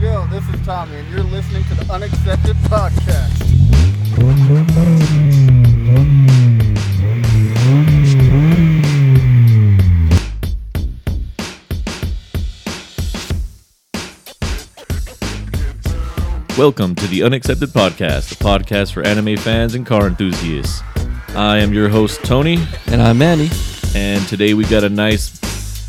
Yo, this is Tommy, and you're listening to the Unaccepted Podcast. Welcome to the Unaccepted Podcast, a podcast for anime fans and car enthusiasts. I am your host, Tony, And I'm Uh, Manny. and today we got a nice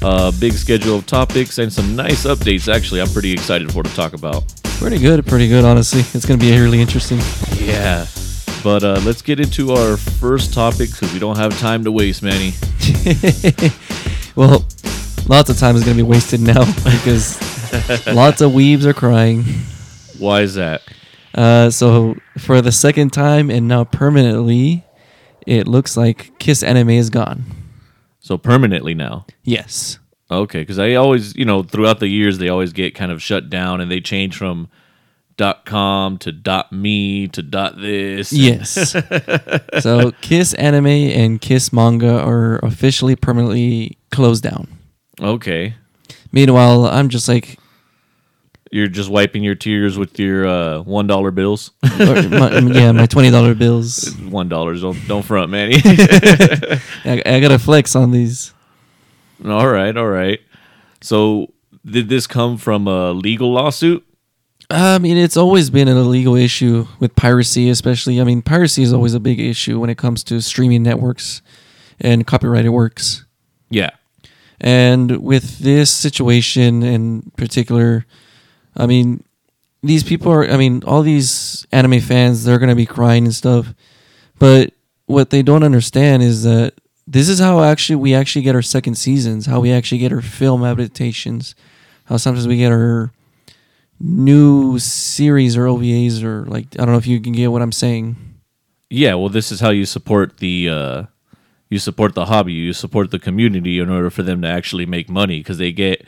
uh, big schedule of topics and some nice updates, actually, I'm pretty excited for to talk about. Pretty good, pretty good, honestly. It's going to be really interesting. Yeah. But uh, let's get into our first topic because we don't have time to waste, Manny. well, lots of time is going to be wasted now because lots of weebs are crying. Why is that? Uh, so, for the second time and now permanently, it looks like Kiss Anime is gone. So permanently now. Yes. Okay, because I always, you know, throughout the years they always get kind of shut down and they change from dot com to dot me to dot this. Yes. so, Kiss Anime and Kiss Manga are officially permanently closed down. Okay. Meanwhile, I'm just like, You're just wiping your tears with your uh, one dollar bills. or uh, my, yeah, my $20 bills. one dollars. Don't don't front, Manny. I, I got to flex on these. all right, all right. So did this come from a legal lawsuit? Uh, I mean, it's always been an illegal issue with piracy, especially. I mean, piracy is always a big issue when it comes to streaming networks and copyrighted works. Yeah. And with this situation in particular, I mean, these people are, I mean, all these anime fans, they're going to be crying and stuff. But what they don't understand is that this is how actually we actually get our second seasons, how we actually get our film adaptations, how sometimes we get our new series or OVAs or like, I don't know if you can get what I'm saying. Yeah. Well, this is how you support the. Uh, you support the hobby, you support the community in order for them to actually make money because they get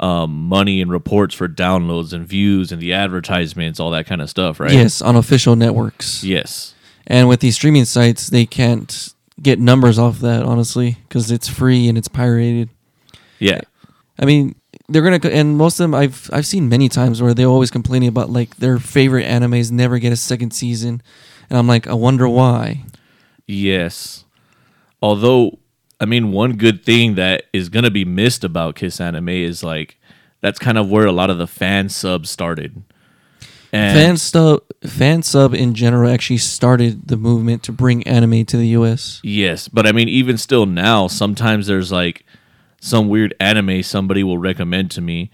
um, money and reports for downloads and views and the advertisements, all that kind of stuff, right? Yes, on official networks. Yes. And with these streaming sites, they can't get numbers off that, honestly, because it's free and it's pirated. Yeah. I mean, they're gonna co- and most of them I've I've seen many times where they're always complaining about like their favorite animes never get a second season, and I'm like, I wonder why. Yes. Although, I mean, one good thing that is going to be missed about Kiss Anime is like that's kind of where a lot of the fan subs started. And Fan sub fan sub in general actually started the movement to bring anime to the U.S. yes, but I mean, even still now, sometimes there's like some weird anime somebody will recommend to me,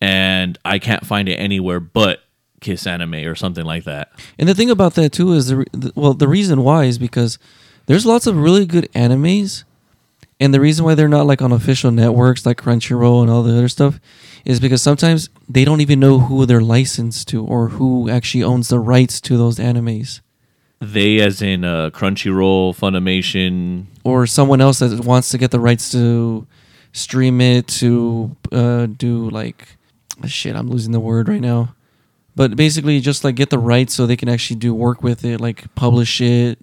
and I can't find it anywhere but Kiss Anime or something like that. And the thing about that too is the, re- the well, the reason why is because there's lots of really good animes, and the reason why they're not like on official networks like Crunchyroll and all the other stuff is because sometimes they don't even know who they're licensed to or who actually owns the rights to those animes, They, as in uh, Crunchyroll, Funimation, or someone else that wants to get the rights to stream it to uh, do like ah, shit. I'm losing the word right now. But basically, just like get the rights so they can actually do work with it, like publish it,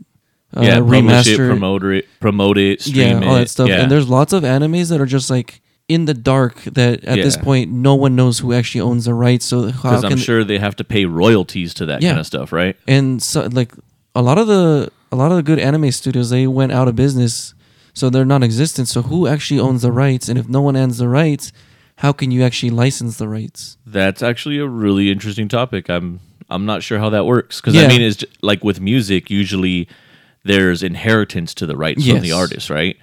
uh, yeah, publish it, remaster it. promote it, promote it, yeah, stream all it, that stuff. yeah. And there's lots of animes that are just like in the dark that at this Yeah. point no one knows who actually owns the rights. So how because can I'm sure they have to pay royalties to that Yeah. kind of stuff, right? and so like a lot of the a lot of the good anime studios they went out of business, so they're non-existent. So who actually owns the rights? And if no one owns the rights, how can you actually license the rights? That's actually a really interesting topic. I'm I'm not sure how that works because I Yeah. mean, it's ju- like with music, usually there's inheritance to the rights from the Yes. artist, right?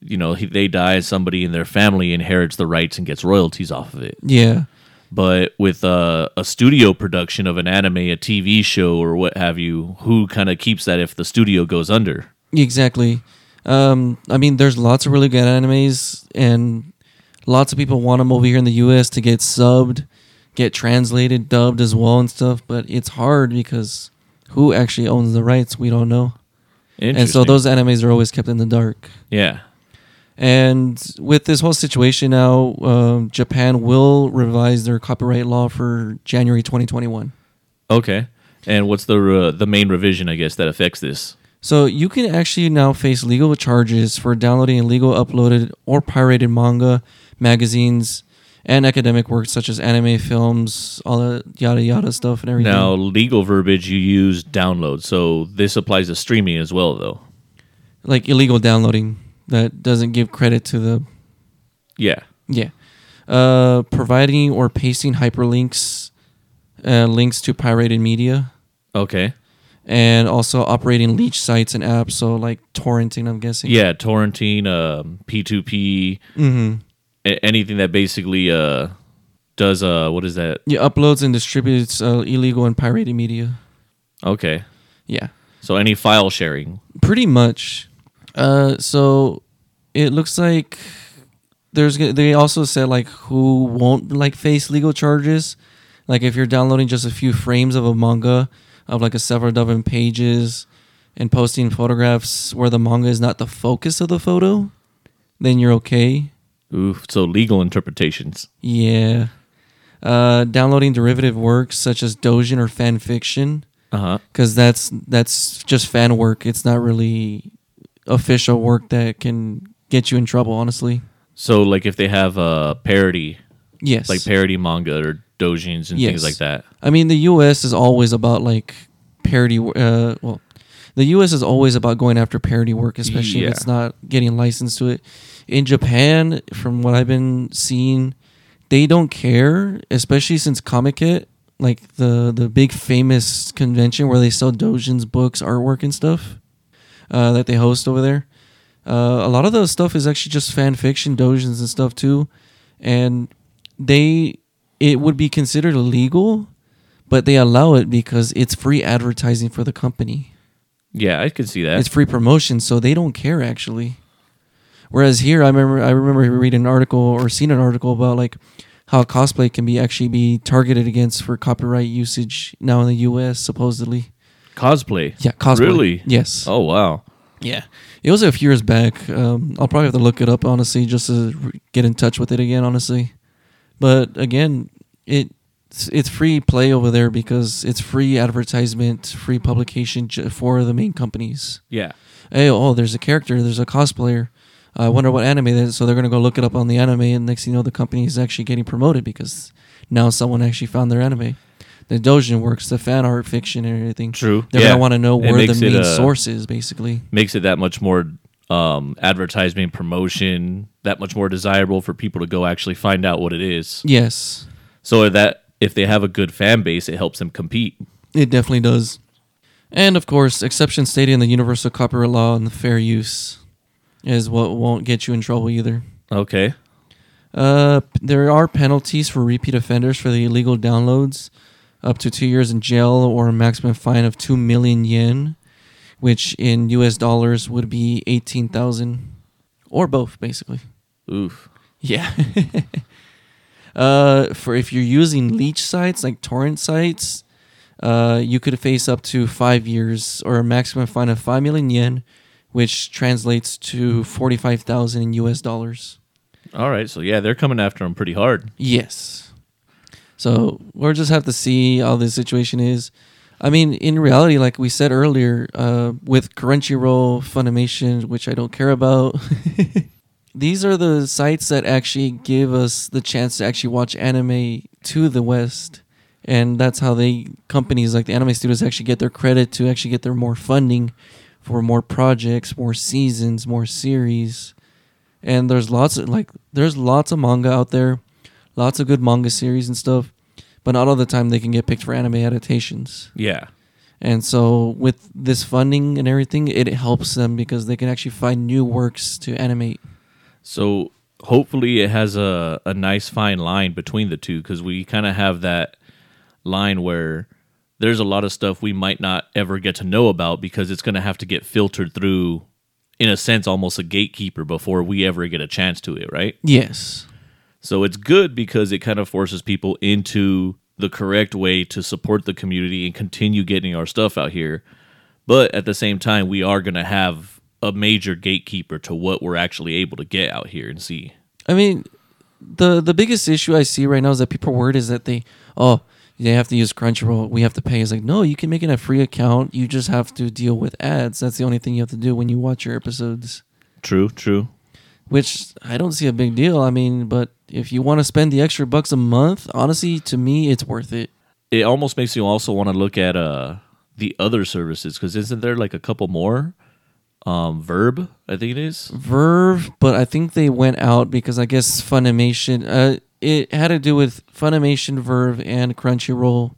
You know, he, they die, somebody in their family inherits the rights and gets royalties off of it. Yeah, But with uh, a studio production of an anime, a TV show, or what have you, who kind of keeps that if the studio goes under? exactly. Um, I mean, there's lots of really good animes, and lots of people want them over here in the U.S. to get subbed, get translated, dubbed as well and stuff. But it's hard because who actually owns the rights? We don't know, and so Interesting. those animes are always kept in the dark. yeah, And with this whole situation now, um, Japan will revise their copyright law for January 2021. okay. And what's the uh, the main revision? I guess that affects this. So you can actually now face legal charges for downloading illegal, uploaded, or pirated manga, magazines, and academic works such as anime films, all the yada yada stuff and everything. Now, legal verbiage you use download. So this applies to streaming as well, though. like illegal downloading that doesn't give credit to the Yeah. yeah, uh, providing or pasting hyperlinks, uh, links to pirated media, Okay. and also operating leech sites and apps. So like torrenting, I'm guessing. Yeah, torrenting, um, P2P, Mm-hmm. a- anything that basically uh, does uh, what is that? Yeah, uploads and distributes uh, illegal and pirated media. Okay. Yeah, So any file sharing. pretty much. Uh, so it looks like there's g- they also said like who won't like face legal charges, like if you're downloading just a few frames of a manga of like a several dozen pages and posting photographs where the manga is not the focus of the photo, then you're okay. Ooh, so legal interpretations. Yeah. Uh, downloading derivative works such as dojin or fan fiction. Uh huh. because that's that's just fan work. It's not really official work that can get you in trouble. Honestly, So like if they have uh, parody, yes. like parody manga or dojins and Yes. things like that. I mean, the U.S. is always about like parody. wo- Uh, well, the U.S. is always about going after parody work, especially Yeah. if it's not getting licensed to it. In Japan, from what I've been seeing, they don't care, especially since Comic Con, like the the big famous convention where they sell doujins, books, artwork, and stuff uh, that they host over there. Uh, a lot of the stuff is actually just fan fiction, doujins, and stuff too, and they it would be considered illegal, but they allow it because it's free advertising for the company. Yeah, I could see that. It's free promotion, so they don't care actually. Whereas here, I remember I remember reading an article or seeing an article about like how cosplay can be actually be targeted against for copyright usage now in the U.S. supposedly. cosplay. Yeah, cosplay. Really? Yes. Oh wow. Yeah. It was a few years back. Um, I'll probably have to look it up, honestly, just to re- get in touch with it again, honestly. But again, it it's- it's free play over there because it's free advertisement, free publication j- for the main companies. Yeah. Hey, oh, there's a character, there's a cosplayer. I wonder what anime that is. So they're going to go look it up on the anime, and next thing you know, the company is actually getting promoted because now someone actually found their anime. The Dojin works, the fan art fiction, and everything. True. They're yeah. going to want to know It where the makes it, main uh, source is, basically. makes it that much more um, advertising promotion that much more desirable for people to go actually find out what it is Yes. so that if they have a good fan base it helps them compete It definitely does. And of course, exceptions stated in the universal copyright law and the fair use is what won't get you in trouble either. okay Uh, p- there are penalties for repeat offenders for the illegal downloads, up to two years in jail or a maximum fine of two million yen, which in U.S. dollars would be eighteen thousand, or both, basically. oof Yeah. uh, for if you're using leech sites like torrent sites, uh, you could face up to five years or a maximum fine of five million yen, which translates to forty-five thousand in U.S. dollars. all right so yeah they're coming after them pretty hard Yes. So we'll just have to see how this situation is. I mean, in reality, like we said earlier, uh, with Crunchyroll, Funimation, which I don't care about, these are the sites that actually give us the chance to actually watch anime to the West. And that's how they, companies like the anime studios, actually get their credit to actually get their more funding for more projects, more seasons, more series. And there's lots of, like, there's lots of manga out there lots of good manga series and stuff, but not all the time they can get picked for anime adaptations. yeah And so with this funding and everything, it helps them because they can actually find new works to animate. so hopefully it has a, a nice fine line between the two because we kind of have that line where there's a lot of stuff we might not ever get to know about because it's going to have to get filtered through in a sense almost a gatekeeper before we ever get a chance to it right Yes. So it's good because it kind of forces people into the correct way to support the community and continue getting our stuff out here. But at the same time, we are going to have a major gatekeeper to what we're actually able to get out here and see. I mean, the the biggest issue I see right now is that people worried is that they oh they have to use Crunchyroll, we have to pay. It's like no, you can make it a free account. You just have to deal with ads. That's the only thing you have to do when you watch your episodes. True, true. which I don't see a big deal. I mean, but if you want to spend the extra bucks a month, honestly, to me, it's worth it. It almost makes you also want to look at uh the other services because isn't there like a couple more? Um, Verb, I think it is. Verve, but I think they went out because I guess Funimation. Uh, it had to do with Funimation, Verve, and Crunchyroll,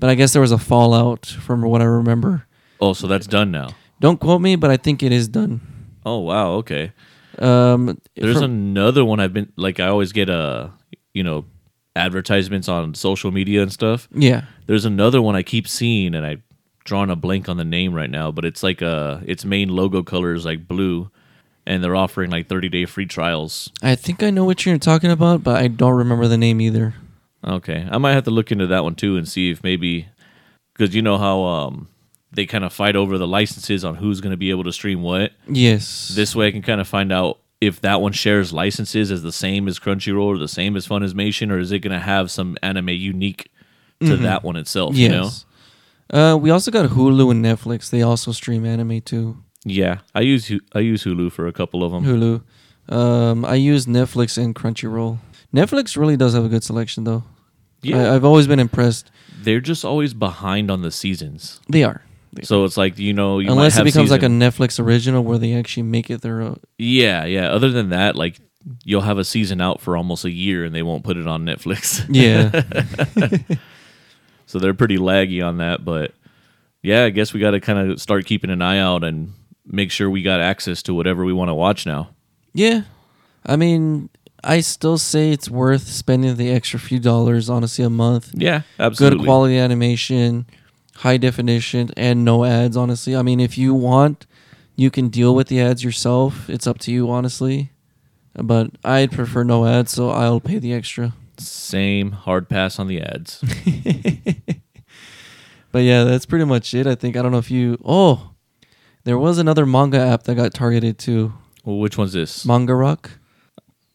but I guess there was a fallout from what I remember. Oh, so that's done now. Don't quote me, but I think it is done. Oh wow, okay. Um, There's from- another one I've been like I always get uh you know advertisements on social media and stuff. yeah, There's another one I keep seeing and I drawn a blank on the name right now, but it's like uh its main logo color is like blue and they're offering like 30 day free trials. I think I know what you're talking about, but I don't remember the name either. Okay. I might have to look into that one too and see if maybe cuz you know how um they kind of fight over the licenses on who's going to be able to stream what. Yes, This way I can kind of find out if that one shares licenses as the same as Crunchyroll or the same as Funimation or is it going to have some anime unique to that one itself, you know? Mm-hmm. yes. Uh, we also got Hulu and Netflix. They also stream anime too. Yeah. I use Hu- I use Hulu for a couple of them. Hulu. Um, I use Netflix and Crunchyroll. Netflix really does have a good selection, though. Yeah. I, I've always been impressed. They're just always behind on the seasons. They are, So it's like, you know, you unless might it have becomes like a season- Netflix original where they actually make it their own. Yeah, yeah. Other than that, like you'll have a season out for almost a year and they won't put it on Netflix. Yeah, so they're pretty laggy on that, but yeah, I guess we got to kind of start keeping an eye out and make sure we got access to whatever we want to watch now. yeah. I mean, I still say it's worth spending the extra few dollars, honestly, a month. Yeah, good absolutely. quality animation, high definition, and no ads. Honestly, I mean, if you want, you can deal with the ads yourself. It's up to you, honestly. But I'd prefer no ads, so I'll pay the extra. Same hard pass on the ads. But yeah, that's pretty much it. I think I don't know if you. Oh, there was another manga app that got targeted too. well, which one's this? Manga Rock.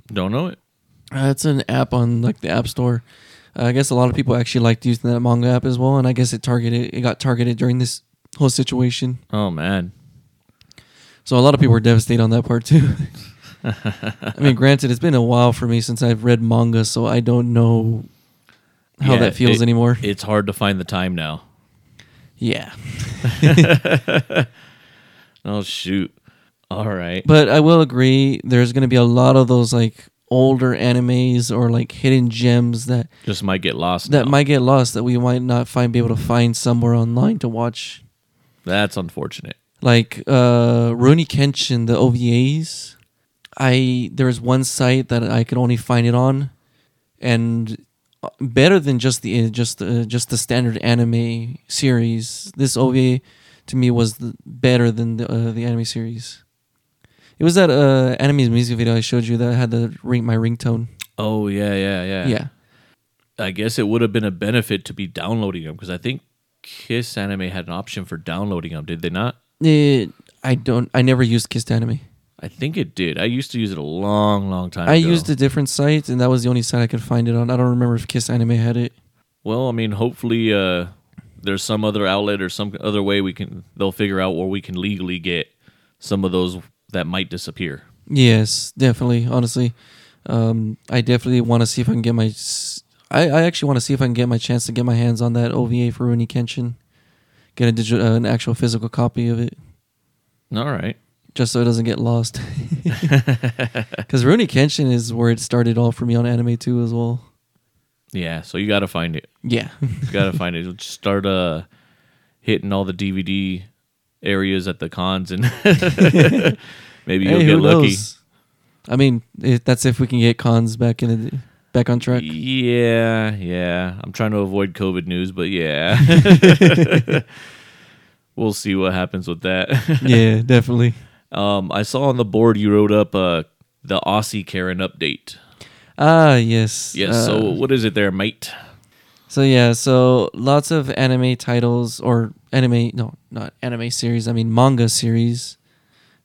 Don't know it. Uh, it's an app on like the App Store. Uh, I guess a lot of people actually liked using that manga app as well, and I guess it targeted it got targeted during this whole situation. Oh man. So a lot of people were devastated on that part too. I mean, granted, it's been a while for me since I've read manga, so I don't know how Yeah, that feels it- anymore. It's hard to find the time now. yeah, Oh shoot. All right. but I will agree. There's going to be a lot of those like older animes or like hidden gems that Just might get lost. that now. might get lost that we might not find be able to find somewhere online to watch. That's unfortunate. Like uh Rooney Kenshin, the OVAs. I there was one site that I could only find it on, and uh, better than just the uh, just the, just the standard anime series. This OVA to me was the, better than the uh, the anime series. It was that uh anime's music video I showed you that had the ring my ringtone. Oh yeah, yeah, yeah. Yeah. I guess it would have been a benefit to be downloading them because I think Kiss Anime had an option for downloading them, did they not? It, I don't. I never used Kissed Anime. I think it did. I used to use it a long, long time I ago. used a different site, and that was the only site I could find it on. I don't remember if Kiss Anime had it. Well, I mean, hopefully uh, there's some other outlet or some other way we can they'll figure out where we can legally get some of those that might disappear. Yes, definitely. Honestly, um, I definitely want to see if I can get my. s- I, I actually want to see if I can get my chance to get my hands on that OVA for Rooney Kenshin, get a digi- uh, an actual physical copy of it, All right. just so it doesn't get lost. Because Rooney Kenshin is where it started all for me on anime too, as well. Yeah, so you got to find it. Yeah, You got to find it. Just start uh, hitting all the DVD areas at the cons and maybe you'll Hey, get who lucky. knows? I mean, if, that's if we can get cons back in the back on track. Yeah, yeah. I'm trying to avoid COVID news, but yeah. we'll see what happens with that. yeah, definitely. Um, I saw on the board you wrote up uh, the Aussie Karen update. Ah, yes. Yes. Uh, so what is it there, mate? so yeah, so lots of anime titles or anime no, not anime series, I mean manga series.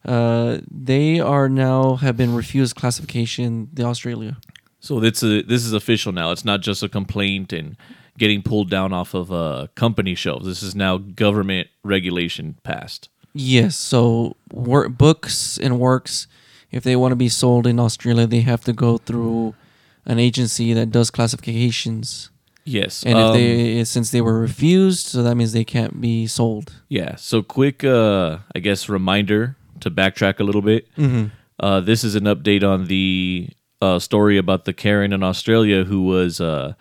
Uh, they are now have been refused classification the Australia. So this is this is official now. It's not just a complaint and getting pulled down off of uh, company shelves. This is now government regulation passed. Yes, so wor- books and works if they want to be sold in Australia, they have to go through an agency that does classifications. Yes. And um, if they since they were refused, so that means they can't be sold. Yeah. So quick, uh, I guess, reminder to backtrack a little bit. Uh, this is an update on the uh, story about the Karen in Australia who was uh,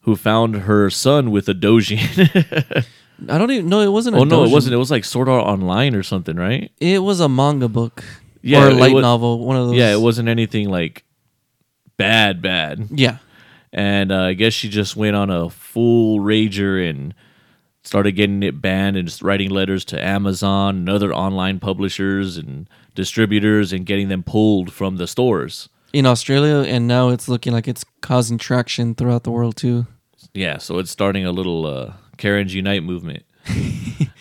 who found her son with a dojin. I don't even know it wasn't. a oh no, it doujin. wasn't. It was like Sword Art Online or something, right? It was a manga book. Yeah, or a it light wa- novel. One of those. Yeah, it wasn't anything like bad, bad. Yeah, And uh, I guess she just went on a full rager and started getting it banned and just writing letters to Amazon and other online publishers and distributors and getting them pulled from the stores. in Australia, and now it's looking like it's causing traction throughout the world too. Yeah, so it's starting a little uh, Karen's Unite movement.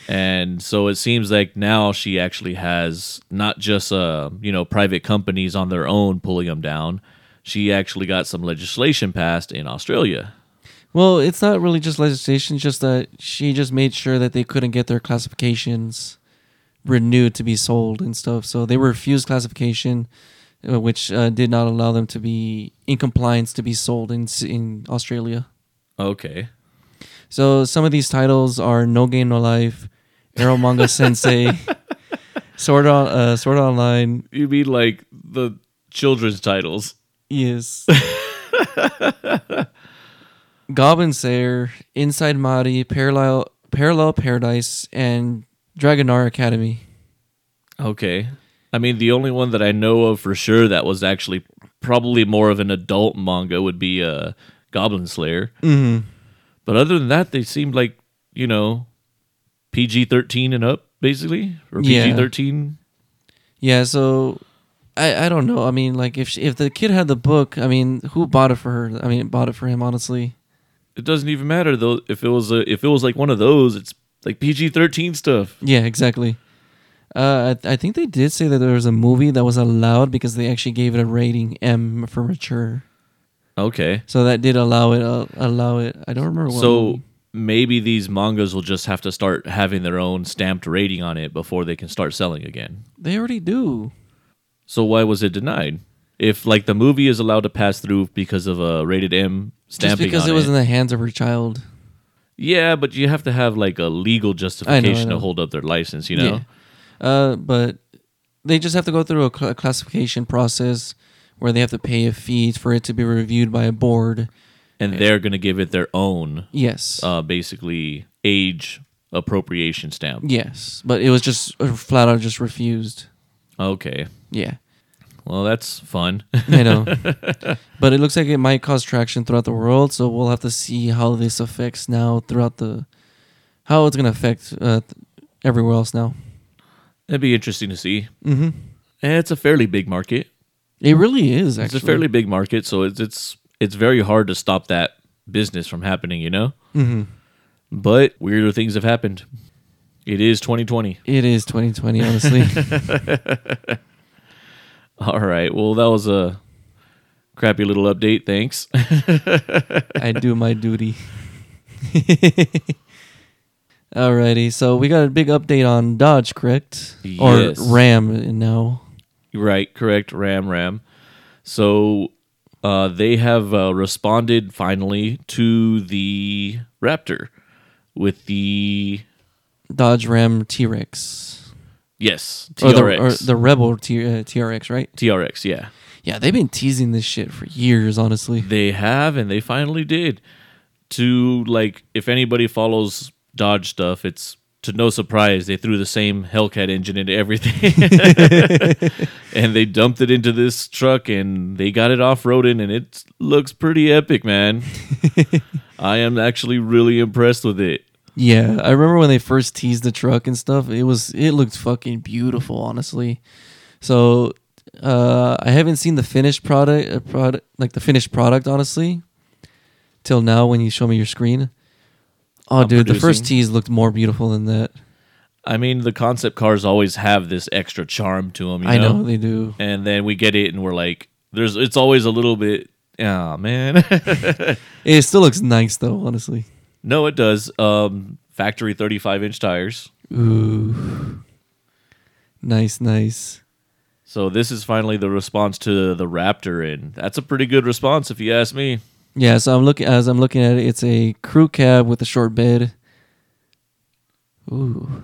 and so it seems like now she actually has not just uh, you know private companies on their own pulling them down. She actually got some legislation passed in Australia. Well, it's not really just legislation; just that she just made sure that they couldn't get their classifications renewed to be sold and stuff. So they were refused classification, uh, which uh, did not allow them to be in compliance to be sold in s- in Australia. Okay. So some of these titles are No Game No Life, Arrow Manga Sensei, Sword on uh, Sword Online, You mean like the children's titles? Yes. Goblin Slayer, Inside Mahdi, Parallel Parallel Paradise, and Dragonar Academy. Okay. I mean, the only one that I know of for sure that was actually probably more of an adult manga would be uh, Goblin Slayer. Mm-hmm. But other than that, they seemed like, you know, PG 13 and up, basically, or Yeah. PG 13. Yeah, so I, I don't know. I mean, like if she, if the kid had the book, I mean, who bought it for her? I mean, bought it for him, honestly. It doesn't even matter though if it was a, if it was like one of those, it's like PG 13 stuff. Yeah, exactly. Uh, I, I think they did say that there was a movie that was allowed because they actually gave it a rating M for mature. Okay. So that did allow it. Uh, allow it. I don't remember what. So movie. maybe these mangas will just have to start having their own stamped rating on it before they can start selling again. they already do. So why was it denied? If like the movie is allowed to pass through because of a rated M just stamping because on it it, was in the hands of her child. yeah, but you have to have like a legal justification to know. hold up their license, you know. Yeah. Uh, but they just have to go through a, cl- a classification process where they have to pay a fee for it to be reviewed by a board. And they're gonna give it their own, Yes. uh, basically age appropriation stamp. yes. But it was just uh, flat out just refused. Okay, Yeah. well that's fun. I know. but it looks like it might cause traction throughout the world. So we'll have to see how this affects now throughout the. How it's going to affect uh, th- everywhere else now. It'd be interesting to see. Mm-hmm. it's a fairly big market. It really is, actually. It's a fairly big market, so it's it's it's very hard to stop that business from happening, you know. Mm-hmm. But weirder things have happened. It is 2020. It is 2020, honestly. All right. Well, that was a crappy little update. Thanks. I do my duty. Alrighty, so we got a big update on Dodge, correct? Yes. Or Ram now. right. Correct. Ram. Ram. So uh, they have uh, responded finally to the Raptor with the Dodge Ram T Rex. yes TRX Or Oh, the, or the Rebel T, uh, TRX, right? TRX. Yeah. Yeah, they've been teasing this shit for years, honestly. They have, and they finally did. To like, if anybody follows Dodge stuff, it's to no surprise they threw the same Hellcat engine into everything, and they dumped it into this truck, and they got it off roading, and it looks pretty epic, man. I am actually really impressed with it. Yeah, I remember when they first teased the truck and stuff. It was it looked fucking beautiful, honestly. So uh, I haven't seen the finished product, uh, product like the finished product, honestly, till now when you show me your screen. Oh, I'm dude, the producing. first tease looked more beautiful than that. I mean, the concept cars always have this extra charm to them. You I know they do. and then we get it, and we're like, "There's." It's always a little bit. Ah, man. It still looks nice though, honestly. No, it does. Um, factory 35 inch tires. Ooh, nice, nice. So this is finally the response to the Raptor, and that's a pretty good response if you ask me. Yeah, so I'm looking as I'm looking at it, it's a crew cab with a short bed. Ooh.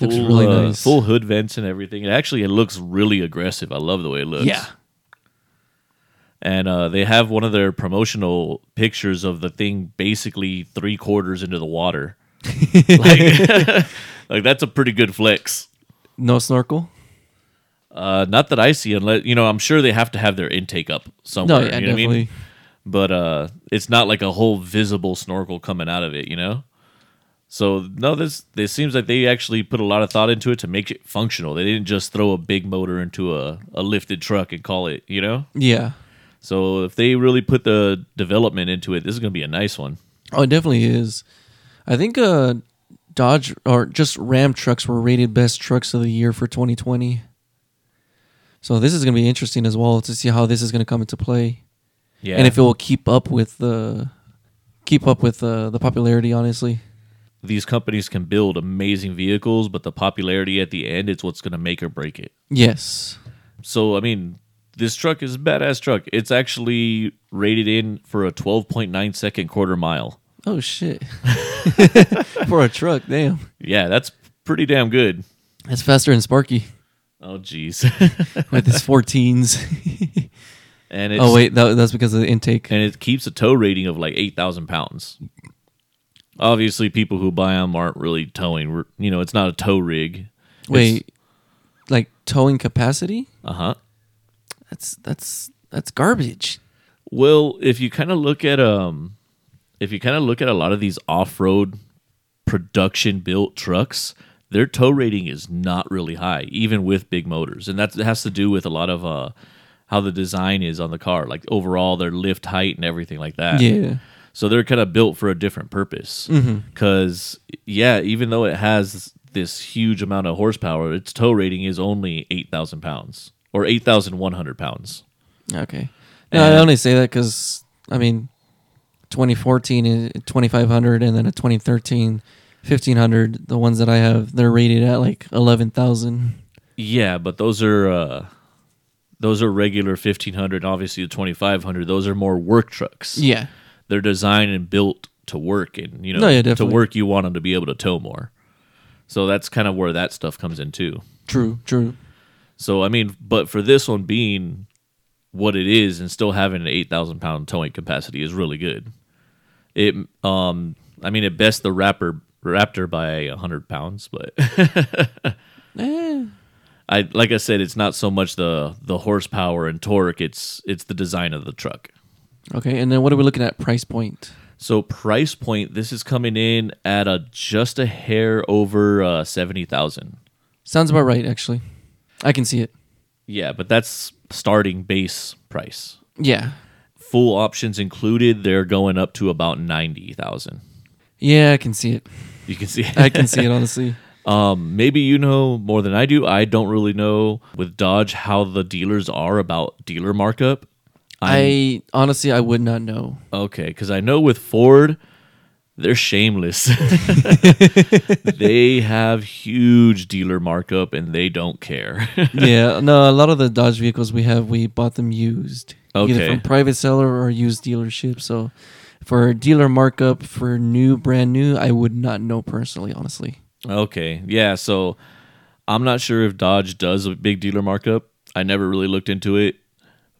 Looks really nice. Full hood vents and everything. It actually it looks really aggressive. I love the way it looks. Yeah. And uh, they have one of their promotional pictures of the thing basically three quarters into the water. like, like that's a pretty good flex. No snorkel? Uh, not that I see, unless you know, I'm sure they have to have their intake up No, somewhere. yeah, you know what I definitely. mean? But uh, it's not like a whole visible snorkel coming out of it, you know. So no, this this seems like they actually put a lot of thought into it to make it functional. They didn't just throw a big motor into a, a lifted truck and call it, you know. Yeah. So if they really put the development into it, this is gonna be a nice one. Oh, it definitely is. I think uh Dodge or just Ram trucks were rated best trucks of the year for 2020. So this is going to be interesting as well to see how this is going to come into play Yeah, and if it will keep up with the keep up with uh, the the popularity honestly. these companies can build amazing vehicles, but the popularity at the end, it's what's gonna make or break it. Yes. So I mean, this truck is a badass truck. It's actually rated in for a 12.9 second quarter mile. Oh shit. for a truck, damn. Yeah, that's pretty damn good. That's faster than Sparky Oh jeez. with his 14s. and it's, oh wait, that, that's because of the intake. and it keeps a tow rating of like 8,000 pounds. Obviously, people who buy them aren't really towing. You know, it's not a tow rig. Wait. Like towing capacity? Uh huh. That's that's that's garbage. Well, if you kind of look at um, if you kind of look at a lot of these off-road production built trucks, their tow rating is not really high, even with big motors, and that has to do with a lot of uh, how the design is on the car, like overall their lift height and everything like that. Yeah. So they're kind of built for a different purpose. Mm-hmm. Because yeah, even though it has this huge amount of horsepower, its tow rating is only eight thousand pounds or eight thousand one hundred pounds. Okay. No, I And- only say that because I mean, 2014 is 2500, and then a 2013 1500. The ones that I have, they're rated at like 11,000. Yeah, but those are uh those are regular 1500, obviously the 2500. Those are more work trucks. Yeah. They're designed and built to work and you know No, yeah, to definitely. work you want them to be able to tow more. So that's kind of where that stuff comes in too. True. True. So I mean, but for this one being what it is and still having an 8,000 pound towing capacity is really good. It um I mean, it best the Raptor Raptor by 100 pounds, but Eh, I like I said, it's not so much the the horsepower and torque. It's it's the design of the truck. Okay. And then what are we looking at price point? So price point, this is coming in at a just a hair over uh, seventy thousand. Sounds about right, actually. I can see it. Yeah, but that's starting base price. Yeah. Full options included, they're going up to about ninety thousand. Yeah, I can see it. You can see. I can see it, honestly. Um, maybe you know more than I do. I don't really know with Dodge how the dealers are about dealer markup. I honestly, I would not know. Okay, because I know with Ford, they're shameless. they have huge dealer markup and they don't care. yeah, no, a lot of the Dodge vehicles we have, we bought them used, either Okay. from private seller or used dealership. So, for dealer markup for new, brand new, I would not know personally, honestly. okay, yeah, so I'm not sure if Dodge does a big dealer markup. I never really looked into it,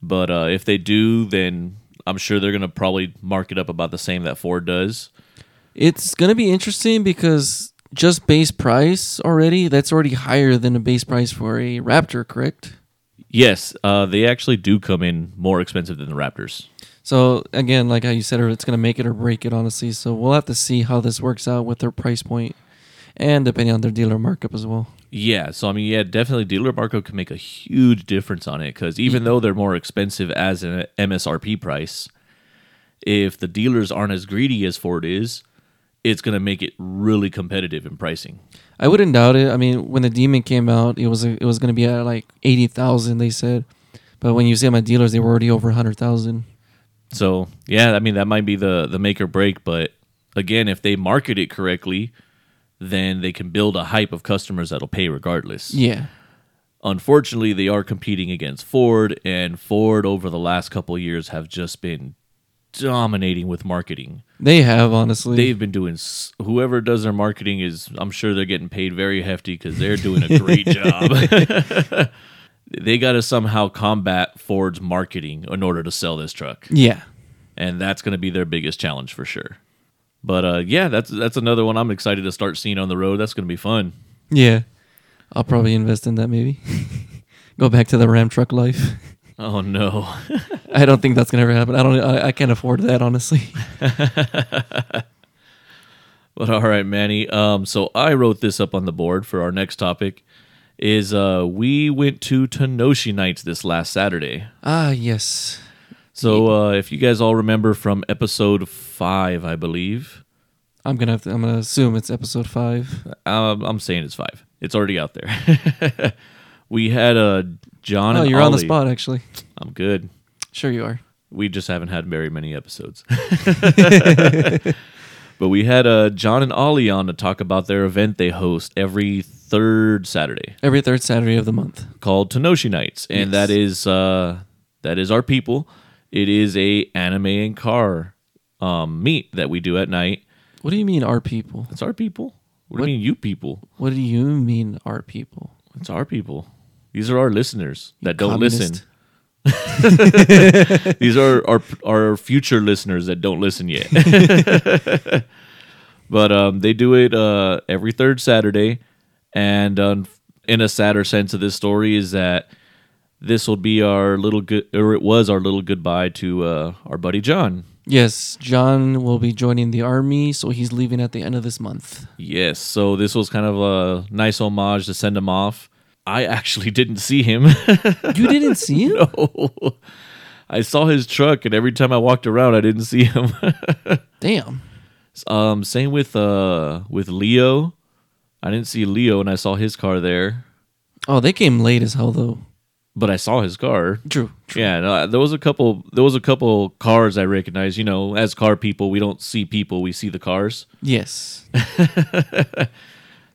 but uh, if they do, then I'm sure they're gonna probably mark it up about the same that Ford does. It's gonna be interesting because just base price already, that's already higher than a base price for a Raptor, correct? Yes, uh, they actually do come in more expensive than the Raptors. So again, like how you said, it's gonna make it or break it, honestly. So we'll have to see how this works out with their price point, and depending on their dealer markup as well. Yeah, so I mean, yeah, definitely dealer markup can make a huge difference on it because even though they're more expensive as an MSRP price, if the dealers aren't as greedy as Ford is, it's going to make it really competitive in pricing. I wouldn't doubt it. I mean, when the demon came out, it was it was gonna be at like eighty thousand. They said, but when you see them at dealers, they were already over hundred thousand. So yeah, I mean that might be the the make or break. But again, if they market it correctly, then they can build a hype of customers that'll pay regardless. Yeah, Unfortunately, they are competing against Ford, and Ford over the last couple of years have just been dominating with marketing. They have honestly. They've been doing s- whoever does their marketing is I'm sure they're getting paid very hefty because they're doing a great job. they got to somehow combat Ford's marketing in order to sell this truck, yeah. and that's going to be their biggest challenge for sure. But uh, yeah, that's that's another one I'm excited to start seeing on the road. That's going to be fun. Yeah. I'll probably invest in that maybe. Go back to the Ram truck life. Oh no. I don't think that's gonna ever happen. I don't. I, I can't afford that honestly. But all right, Manny. Um, so I wrote this up on the board for our next topic. Is uh, we went to Tenoshi Nights this last Saturday. ah yes. So uh, if you guys all remember from episode five, I believe, I'm gonna have to. I'm gonna assume it's episode five. um, I'm saying it's five. It's already out there. we had uh, John. Oh, and you're on the Ollie. spot actually. I'm good. Sure you are. We just haven't had very many episodes. but we had uh, John and Ollie on to talk about their event they host every third Saturday. Every third Saturday of the month. called Tenoshi Nights, and Yes. that is uh, that is our people. It is a anime and car um, meet that we do at night. What do you mean our people? It's our people. What, do you mean, you people? What do you mean our people? It's our people. These are our listeners that don't communist. listen. These are our our future listeners that don't listen yet. but um, they do it uh, every third Saturday, and um, in a sadder sense of this story is that this will be our little good, or it was our little goodbye to uh, our buddy John. Yes, John will be joining the army, so he's leaving at the end of this month. Yes, so this was kind of a nice homage to send him off. I actually didn't see him. You didn't see him? no. I saw his truck, and every time I walked around, I didn't see him. Damn. um, same with uh with Leo. I didn't see Leo, and I saw his car there, Oh, they came late as hell though. but I saw his car. True. True. Yeah, no, there was a couple. There was a couple cars I recognized. You know, as car people, we don't see people; we see the cars. Yes.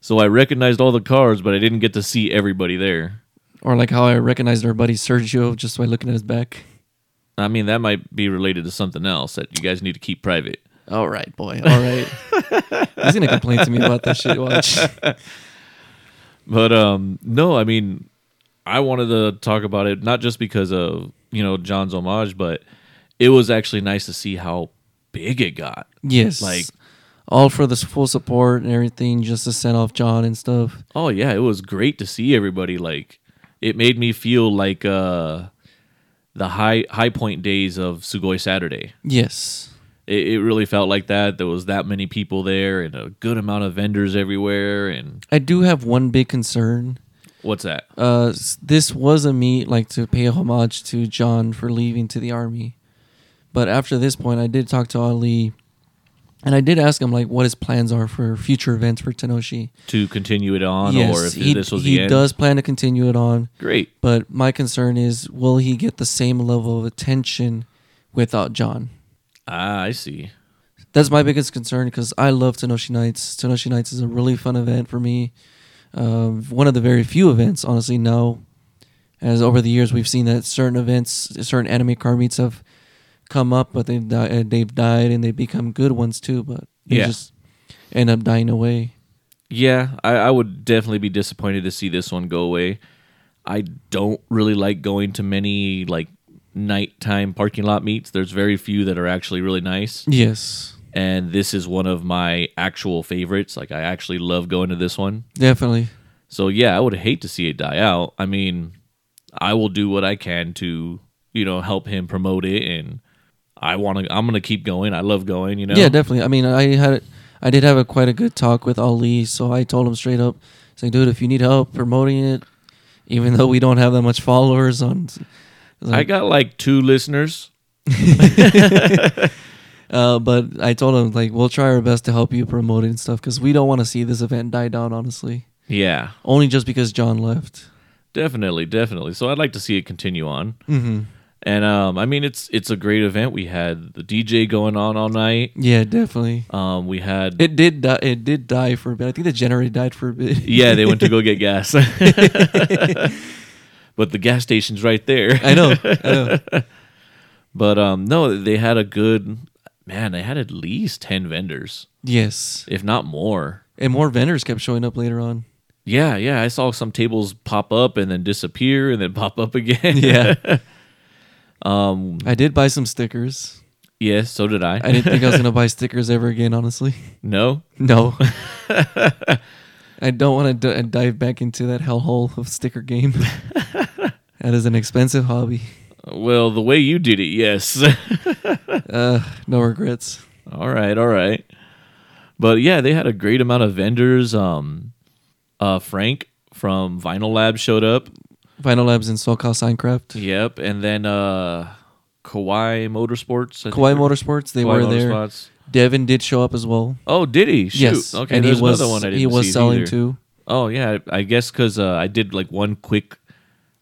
So I recognized all the cars, but I didn't get to see everybody there. or like how I recognized our buddy Sergio just by looking at his back. I mean, that might be related to something else that you guys need to keep private. All right, boy. All right. He's gonna complain to me about that shit. Watch. But um, no, I mean, I wanted to talk about it not just because of you know John's homage, but it was actually nice to see how big it got. Yes. Like- all for the full support and everything, just to send off John and stuff. Oh yeah, it was great to see everybody. Like it made me feel like uh, the high high point days of Sugoi Saturday. Yes. It, it really felt like that. There was that many people there and a good amount of vendors everywhere. And I do have one big concern. what's that? Uh, s- this was a meet like to pay homage to John for leaving to the army, but after this point, I did talk to Ali, and I did ask him like what his plans are for future events for Tenoshi. To continue it on, or if he, this was he the end? does plan to continue it on, Great. but my concern is will he get the same level of attention without John? Ah, I see. that's my biggest concern because I love Tenoshi Nights. Tenoshi Nights is a really fun event for me. Um, one of the very few events, honestly, now, as over the years we've seen that certain events, certain anime car meets have come up, but they've di- uh, they've died and they become good ones too, but they Yeah. just end up dying away. Yeah, I, I would definitely be disappointed to see this one go away. I don't really like going to many like nighttime parking lot meets. There's very few that are actually really nice, Yes, and this is one of my actual favorites. Like I actually love going to this one. definitely. So yeah, I would hate to see it die out. I mean, I will do what I can to you know help him promote it, and I want to. I'm gonna keep going. I love going. You know. Yeah, definitely. I mean, I had I did have a quite a good talk with Ali, so I told him straight up, it's like, dude, if you need help promoting it, even though we don't have that much followers on, I got like two listeners. uh, but I told him like we'll try our best to help you promote it and stuff because we don't want to see this event die down. Honestly, Yeah. only just because John left. Definitely, definitely. So I'd like to see it continue on. Mm-hmm. And um, I mean, it's it's a great event. We had the DJ going on all night. Yeah, definitely. Um, we had It did die. It did die for a bit. I think the generator died for a bit. yeah, they went to go get gas. but the gas station's right there. I know. I know. But um, no, they had a good man. They had at least ten vendors, Yes. if not more. And more vendors kept showing up later on. Yeah, yeah. I saw some tables pop up and then disappear and then pop up again. Yeah. um, I did buy some stickers. yeah. So did I. I didn't think I was gonna buy stickers ever again, honestly. no. No. I don't want to d- uh, dive back into that hellhole of sticker game. that is an expensive hobby. Well, the way you did it, yes. Uh, no regrets. all right, all right. But yeah, they had a great amount of vendors. Um, uh, Frank from Vinyl Lab showed up. Vinyl Labs and Soulcast Signcraft. Yep, and then uh, Kawhi Motorsports. I think Kauai they're- Motorsports, they Kawhi were there. Motorsports. Devin did show up as well. Oh, did he? Shoot. Yes. Okay. and he there's was another one I didn't he was see selling either. too. Oh yeah, I I guess because uh, I did like one quick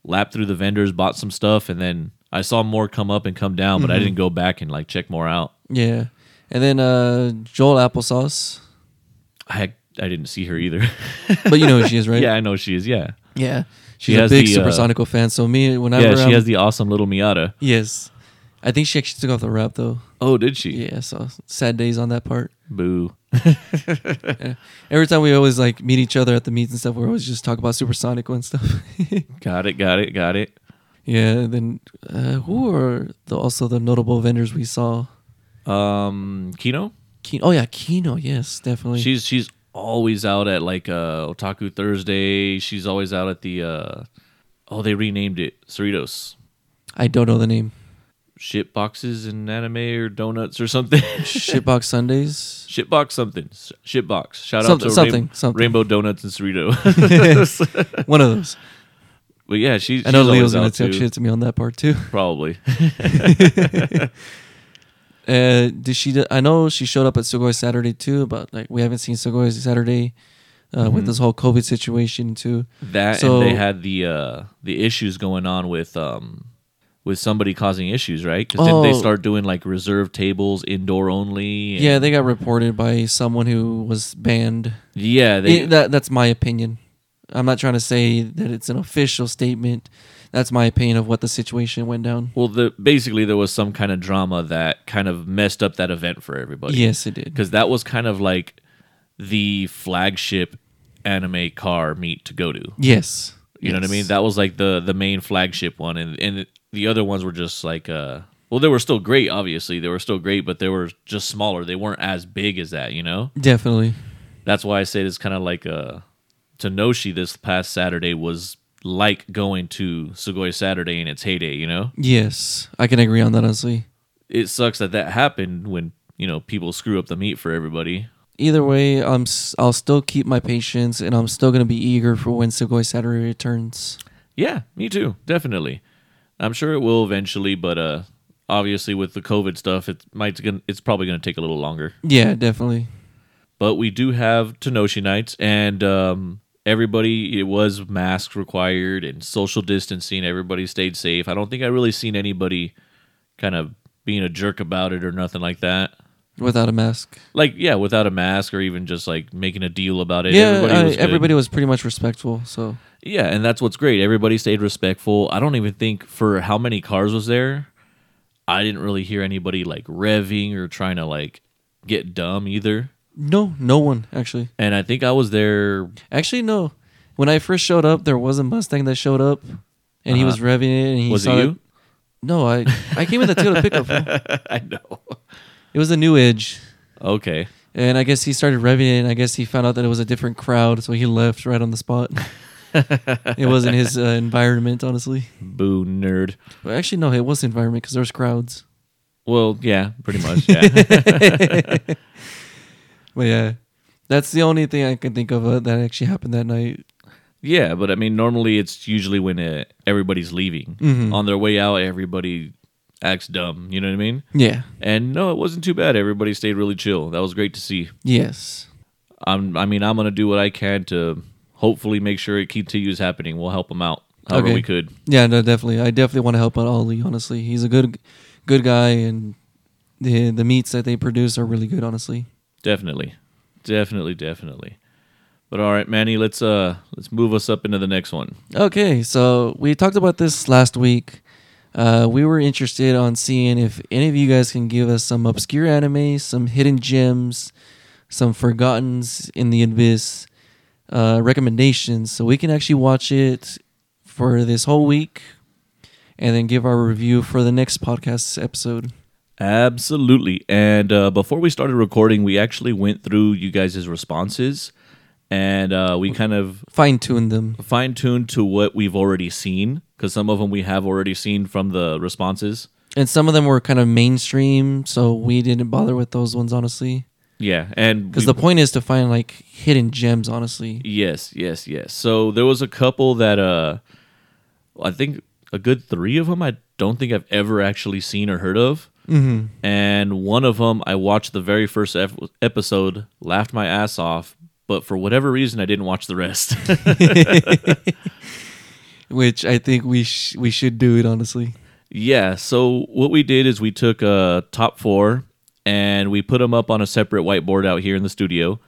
lap through the vendors, bought some stuff, and then I saw more come up and come down, Mm-hmm. but I didn't go back and like check more out. Yeah. And then uh, Joel Applesauce. I I didn't see her either. But you know who she is, right? yeah, I know she is. Yeah, Yeah. She's a has big the, uh, Supersonico fan. So me, whenever yeah, she I'm- has the awesome little Miata. yes, I think she actually took off the wrap though. Oh, did she? Yeah, so sad days on that part. Boo. Every time we always like meet each other at the meets and stuff, we always just talk about Supersonico and stuff. Got it. Got it. Got it. yeah. and Then uh, who are the, also the notable vendors we saw? Um, Kino. Ke- oh yeah, Kino. Yes, definitely. She's she's always out at like uh Otaku Thursday. She's always out at the uh oh they renamed it Cerritos. I don't know the name. Shit boxes and anime or donuts or something. Shitbox Sundays. Shitbox something. S- Shitbox. Shout Something- out to something, Rain- something. Rainbow Donuts and Cerrito. One of those. but yeah, she, she's I know always Leo's gonna out talk too. shit to me on that part too. Probably. Uh, did she? do- I know she showed up at Sugoi Saturday too, but like we haven't seen Sugoi Saturday uh, Mm-hmm. with this whole COVID situation too. That So- and they had the uh the issues going on with um with somebody causing issues, right? Because then Oh. they start doing like reserved tables, indoor only. and- Yeah, they got reported by someone who was banned. yeah. They, It- that that's my opinion. I'm not trying to say that it's an official statement. That's my opinion of what the situation went down. Well, the basically there was some kind of drama that kind of messed up that event for everybody. Yes, it did. because that was kind of like the flagship anime car meet to go to. You Yes, know what I Yes. mean? That was like the the main flagship one, and and the other ones were just like uh. Well, they were still great. Obviously, they were still great, but they were just smaller. They weren't as big as that. You know, definitely. that's why I said it's kind of like uh, Tanoshi this past Saturday was like going to Sugoi Saturday in its heyday. You know, Yes, I can agree on that honestly. it sucks that that happened when you know people screw up the meat for everybody. Either way, I'm s- I'll still keep my patience, and I'm still gonna be eager for when Sugoi Saturday returns. Yeah, me too, definitely. I'm sure it will eventually, but uh, obviously with the COVID stuff, it might gonna, it's probably going to take a little longer. Yeah, definitely. But we do have Tenoshi nights, and um, everybody it was masks required and social distancing. Everybody stayed safe. I don't think I really seen anybody kind of being a jerk about it or nothing like that. Without a mask. Like yeah, without a mask or even just like making a deal about it. yeah, everybody I- was good. everybody was pretty much respectful. So Yeah, and that's what's great. Everybody stayed respectful. I don't even think for how many cars was there, I didn't really hear anybody like revving or trying to like get dumb either. no, no one actually. And I think I was there. Actually, no. When I first showed up, there was a Mustang that showed up, and he was revving it. And he Uh-huh. Was it saw you? No, I I came with a Toyota pickup. fool. I know. It was a new Edge, Okay. and I guess he started revving it. And I guess he found out that it was a different crowd, so he left right on the spot. it wasn't his uh, environment, honestly. Boo nerd. Well, actually, no, it was environment because there's crowds. Well, yeah, pretty much. Yeah. But yeah, that's the only thing I can think of uh, that actually happened that night. yeah, but I mean, normally it's usually when uh, everybody's leaving. On their way out, everybody acts dumb. You know what I mean? Yeah. And no, it wasn't too bad. Everybody stayed really chill. That was great to see. Yes. I'm. I mean, I'm gonna do what I can to hopefully make sure it continues happening. We'll help him out however Okay. we could. Yeah, no, definitely. I definitely want to help out Ollie. Honestly, he's a good, good guy, and the the meats that they produce are really good. Honestly, Definitely, definitely, definitely. But all right, Manny, let's uh let's move us up into the next one. Okay, so we talked about this last week. Uh, we were interested on seeing if any of you guys can give us some obscure anime, some hidden gems, some forgottens in the abyss uh, recommendations, so we can actually watch it for this whole week, and then give our review for the next podcast episode. Absolutely. And uh, before we started recording, we actually went through you guys' responses, and uh, we kind of Fine tune them. fine tuned to what we've already seen because some of them we have already seen from the responses. And some of them were kind of mainstream, so we didn't bother with those ones honestly. Yeah, and Because we- the point is to find like hidden gems, honestly. Yes, yes, yes. So there was a couple that uh I think a good 3 of them I don't think I've ever actually seen or heard of. Mm-hmm. And one of them I watched the very first ep- episode, laughed my ass off, but for whatever reason I didn't watch the rest. Which I think we sh- we should do it honestly. yeah, so what we did is we took uh top 4 and we put them up on a separate whiteboard out here in the studio.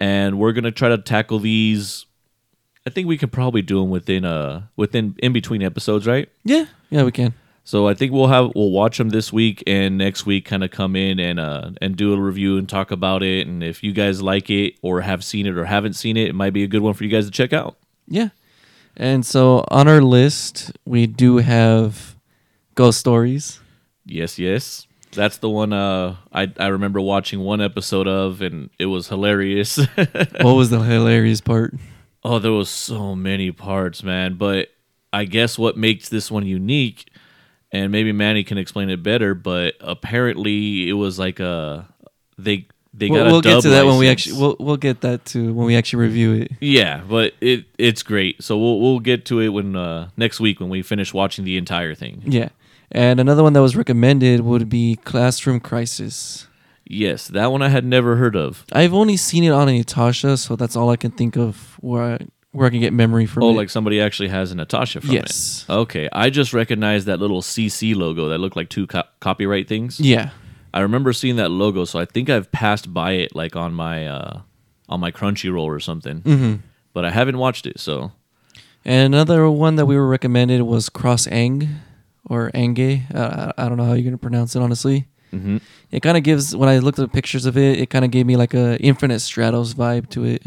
And we're going to try to tackle these I think we can probably do them within uh within in between episodes, right? Yeah, yeah, we can. So I think we'll have we'll watch them this week and next week kind of come in and uh and do a review and talk about it and if you guys like it or have seen it or haven't seen it, it might be a good one for you guys to check out. Yeah, and so on our list we do have ghost stories. Yes, yes. That's the one uh I I remember watching one episode of and it was hilarious. what was the hilarious part? oh, there was so many parts, man, but I guess what makes this one unique and maybe Manny can explain it better, but apparently it was like a they they We'll, got a we'll get dub to that when we license. actually we'll we'll get that to when we actually review it. Yeah, but it it's great. So we'll we'll get to it when uh, next week when we finish watching the entire thing. Yeah, and another one that was recommended would be Classroom Crisis. Yes, that one I had never heard of. I've only seen it on Natasha, so that's all I can think of where I, where I can get memory from. Oh, it. like somebody actually has a Natasha from Yes. it. Okay, I just recognized that little CC logo that looked like two co- copyright things. yeah, I remember seeing that logo, so I think I've passed by it like on my uh, on my Crunchyroll or something. Mm-hmm. But I haven't watched it, so And another one that we were recommended was Cross Ang or Ange. Uh, I I don't know how you're gonna pronounce it honestly. Mhm. It kind of gives when I looked at pictures of it, it kind of gave me like a Infinite Stratos vibe to it,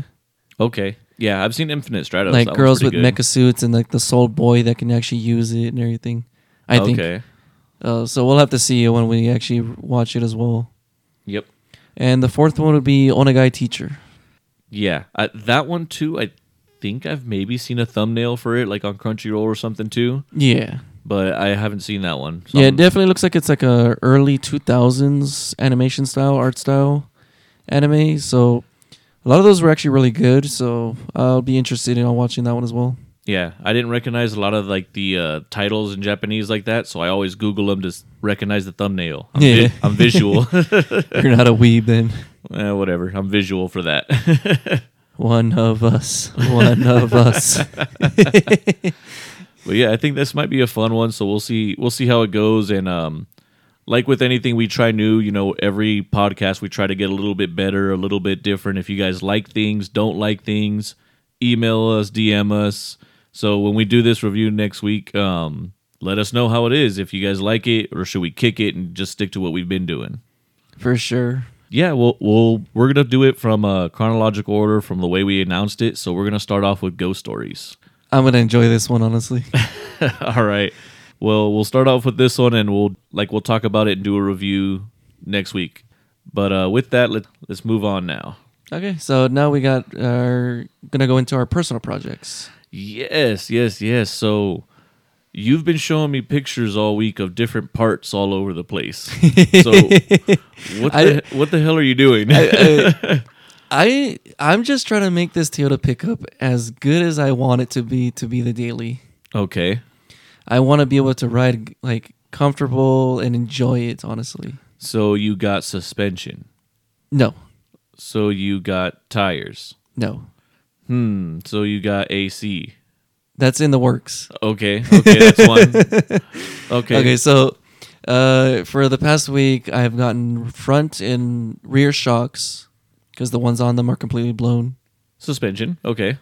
okay. Yeah, I've seen Infinite Stratos. like That one's girls with pretty good. mecha suits and like the soul boy that can actually use it and everything. I think. Okay. Uh, so we'll have to see when we actually watch it as well. Yep. And the fourth one would be Onagai Teacher. Yeah, I, that one too. I think I've maybe seen a thumbnail for it, like on Crunchyroll or something too, Yeah. but I haven't seen that one. yeah, it I'm- definitely looks like it's like a early 2000s animation style, art style anime. So a lot of those were actually really good. So I'll be interested in watching that one as well. yeah. I didn't recognize a lot of like the uh, titles in Japanese like that, so I always Google them to s- recognize the thumbnail. I'm, vi- Yeah. I'm visual. You're not a weeb then. Eh, whatever, I'm visual for that. One of us. One of us. but yeah, I think this might be a fun one. So we'll see. We'll see how it goes. And um, like with anything we try new, you know, every podcast we try to get a little bit better, a little bit different. If you guys like things, don't like things, email us, DM us. So when we do this review next week, um, let us know how it is. If you guys like it, or should we kick it and just stick to what we've been doing? For sure. Yeah, we'll, we'll we're gonna do it from a chronological order from the way we announced it. So we're gonna start off with ghost stories. I'm going to enjoy this one, honestly. All right. Well, we'll start off with this one, and we'll like we'll talk about it and do a review next week. But uh, with that, let let's move on now. okay, so now we got our going to go into our personal projects. Yes, yes, yes. So you've been showing me pictures all week of different parts all over the place. So what the, what the hell are you doing? I I'm just trying to make this Toyota pickup as good as I want it to be to be the daily. okay. I want to be able to ride like comfortable and enjoy it. Honestly, So you got suspension. no, So you got tires. no, Hmm. So you got AC. that's in the works. Okay. Okay. That's one. Okay. Okay, so uh, for the past week, I've gotten front and rear shocks because the ones on them are completely blown. Suspension. Okay.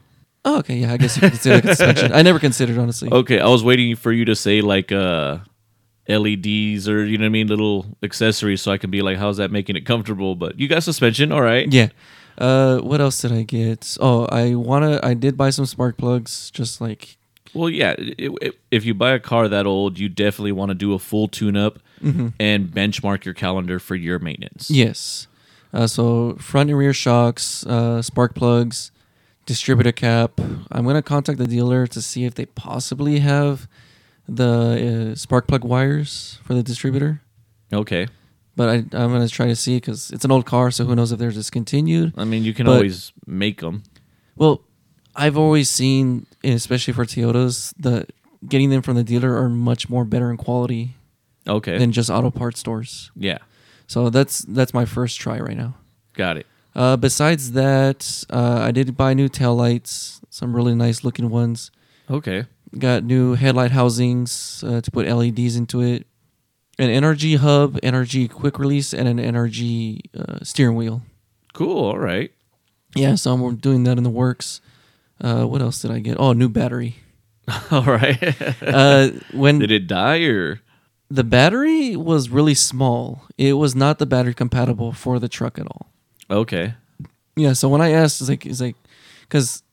Oh, okay. Yeah, I guess you can consider it a suspension. I never considered honestly. Okay. I was waiting for you to say like uh LEDs or you know what I mean, little accessories so I can be like, how's that making it comfortable? But you got suspension, all right. Yeah. Uh, what else did I get? Oh, I wanna. I did buy some spark plugs, just like Well, yeah. It, it- if you buy a car that old, you definitely want to do a full tune up Mm-hmm. and benchmark your calendar for your maintenance. yes. Uh, so front and rear shocks, uh, spark plugs, distributor cap. I'm gonna contact the dealer to see if they possibly have the uh, spark plug wires for the distributor. Okay. But I, I'm gonna try to see because it's an old car, so who knows if they're discontinued. I mean, you can But- always make them. Well, I've always seen, and especially for Toyotas, the getting them from the dealer are much more better in quality Okay. than just auto parts stores. yeah. So that's that's my first try right now. Got it. Uh, besides that, uh, I did buy new taillights, some really nice looking ones. Okay. Got new headlight housings uh, to put LEDs into it, an NRG hub, NRG quick release, and an NRG uh, steering wheel. Cool. All right. Yeah, so I'm doing that in the works. Uh, what else did I get? Oh, new battery. All right. Uh, when Did it die or? the battery was really small. It was not the battery compatible for the truck at all. Okay. Yeah, so when I asked, it's like, it's like, because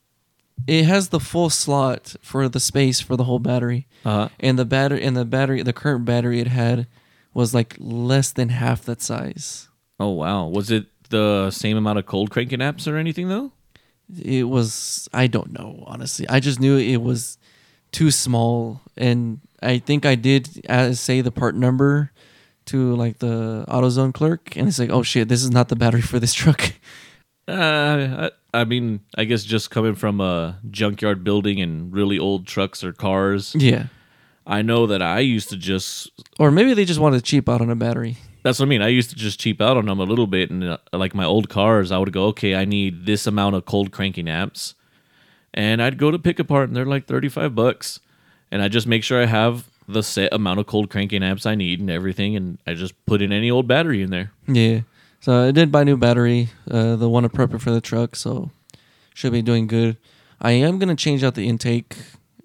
it has the full slot for the space for the whole battery, Uh-huh. and the battery and the battery, the current battery it had was like less than half that size. Oh wow. Was it the same amount of cold cranking apps or anything though? It was, I don't know, honestly. I just knew it was too small, and I think I did uh, say the part number to like the AutoZone clerk, and it's like, oh shit, this is not the battery for this truck. Uh, I, I mean, I guess just coming from a junkyard building and really old trucks or cars, yeah, I know that I used to just. or maybe they just wanted to cheap out on a battery. That's what I mean. I used to just cheap out on them a little bit, and uh, like my old cars, I would go, okay, I need this amount of cold cranking apps, and I'd go to pick apart, and they're like thirty-five bucks, and I just make sure I have the set amount of cold cranking apps I need and everything, and I just put in any old battery in there. Yeah. So I did buy new battery, uh, the one appropriate for the truck, so should be doing good. I am gonna change out the intake.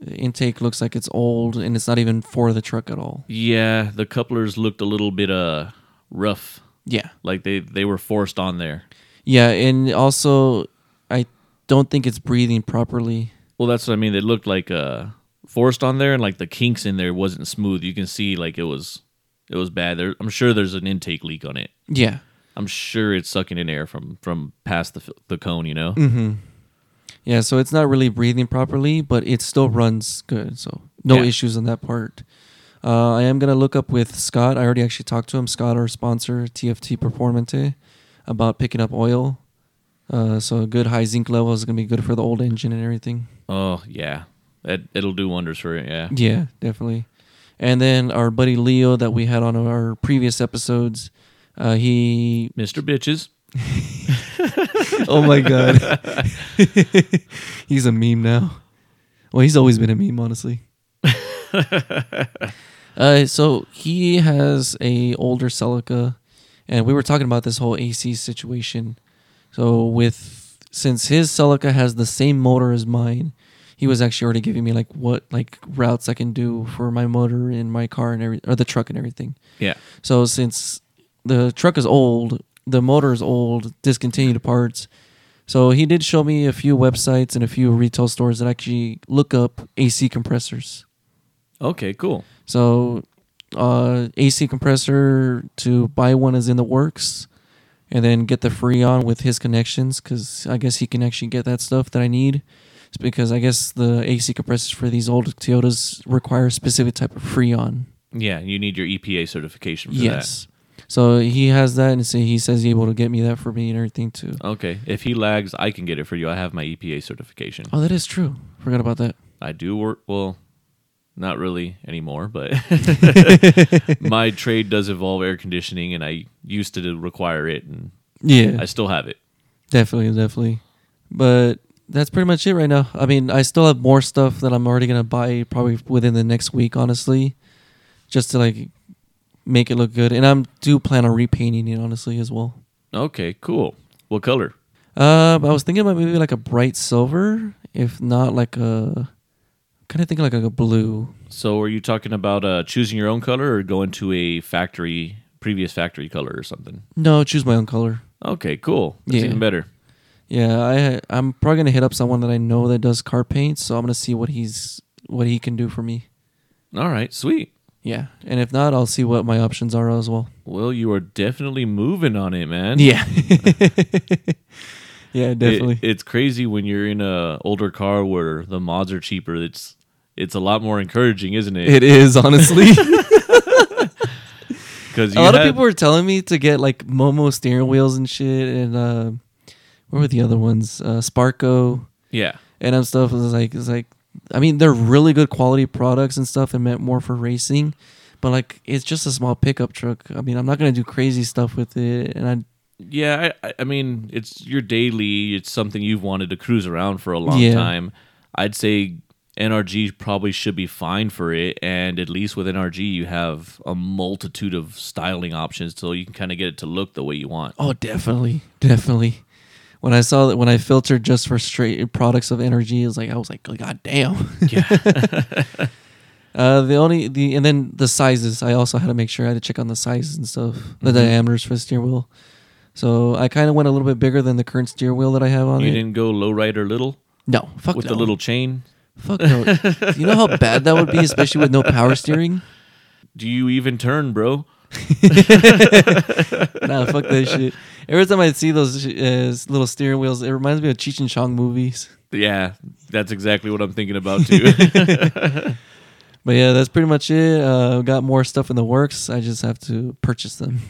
The intake looks like it's old and it's not even for the truck at all. Yeah, the couplers looked a little bit uh rough, Yeah. like they they were forced on there. Yeah, and also I don't think it's breathing properly. Well, that's what I mean. They looked like uh forced on there, and like the kinks in there wasn't smooth. You can see like it was it was bad. There, I'm sure there's an intake leak on it. Yeah. I'm sure it's sucking in air from from past the the cone. You know. Yeah, so it's not really breathing properly, but it still runs good. So no Yeah. issues on that part. Uh, I am gonna look up with Scott. I already actually talked to him. Scott, our sponsor, TFT Performante, about picking up oil. Uh, so a good high zinc level is gonna be good for the old engine and everything. Oh yeah, it, it'll do wonders for it. Yeah. Yeah, definitely. And then our buddy Leo that we had on our previous episodes, uh, he Mr. Bitches. oh my god, he's a meme now. Well, he's always been a meme, honestly. uh, so he has a older Celica, and we were talking about this whole AC situation. So with since his Celica has the same motor as mine, he was actually already giving me like what like routes I can do for my motor in my car and every or the truck and everything. Yeah. So since the truck is old, the motor is old, discontinued parts. So he did show me a few websites and a few retail stores that actually look up AC compressors. Okay. Cool. So uh, AC compressor to buy one is in the works, and then get the free on with his connections because I guess he can actually get that stuff that I need. It's because I guess the AC compressors for these old Toyotas require a specific type of Freon. Yeah, you need your EPA certification for Yes. So he has that, and so he says he's able to get me that for me and everything too. that. Okay. If he lags, I can get it for you. I have my EPA certification. Oh, that is true. Forgot about that. I do work well, not really anymore, but my trade does involve air conditioning, and I used to require it, and Yeah, I still have it. definitely, definitely. But that's pretty much it right now. I mean, I still have more stuff that I'm already gonna buy probably within the next week, honestly, just to like make it look good. And I'm do plan on repainting it honestly as well. Okay, cool. What color? Uh, I was thinking about maybe like a bright silver, if not like a kind of thinking like a blue. So, are you talking about uh, choosing your own color or going to a factory, previous factory color or something? No, choose my own color. Okay, cool. That's Yeah. even better. Yeah, I I'm probably gonna hit up someone that I know that does car paint, so I'm gonna see what he's what he can do for me. All right, sweet. Yeah, and if not, I'll see what my options are as well. Well, you are definitely moving on it, man. Yeah, yeah, It- definitely. it's crazy when you're in a older car where the mods are cheaper. It's it's a lot more encouraging, isn't it? it is honestly. Because a lot of people were telling me to get like Momo steering wheels and shit, and uh, what were the other ones? Uh, Sparko yeah. and um, stuff. It was like, it's like, I mean, they're really good quality products and stuff, and meant more for racing. But like, it's just a small pickup truck. I mean, I'm not gonna do crazy stuff with it, and I Yeah, I, I- I mean, it's your daily. It's something you've wanted to cruise around for a long Yeah. time. I'd say NRG probably should be fine for it, and at least with NRG, you have a multitude of styling options, so you can kind of get it to look the way you want. Oh, definitely, definitely. When I saw that, when I filtered just for straight products of energy, it was like I was like, God damn. Yeah. uh, the only the and then the sizes. I also had to make sure I had to check on the sizes and stuff, Mm-hmm. the diameters for the steer wheel. So I kind of went a little bit bigger than the current steer wheel that I have on You it. didn't go low right or little no, fuck with no. the little chain. fuck no. Do you know how bad that would be, especially with no power steering. Do you even turn, bro? Nah, fuck that shit. Every time I see those uh, little steering wheels, it reminds me of Cheech and Chong movies. Yeah, that's exactly what I'm thinking about too. But yeah, that's pretty much it. Uh, got more stuff in the works. I just have to purchase them.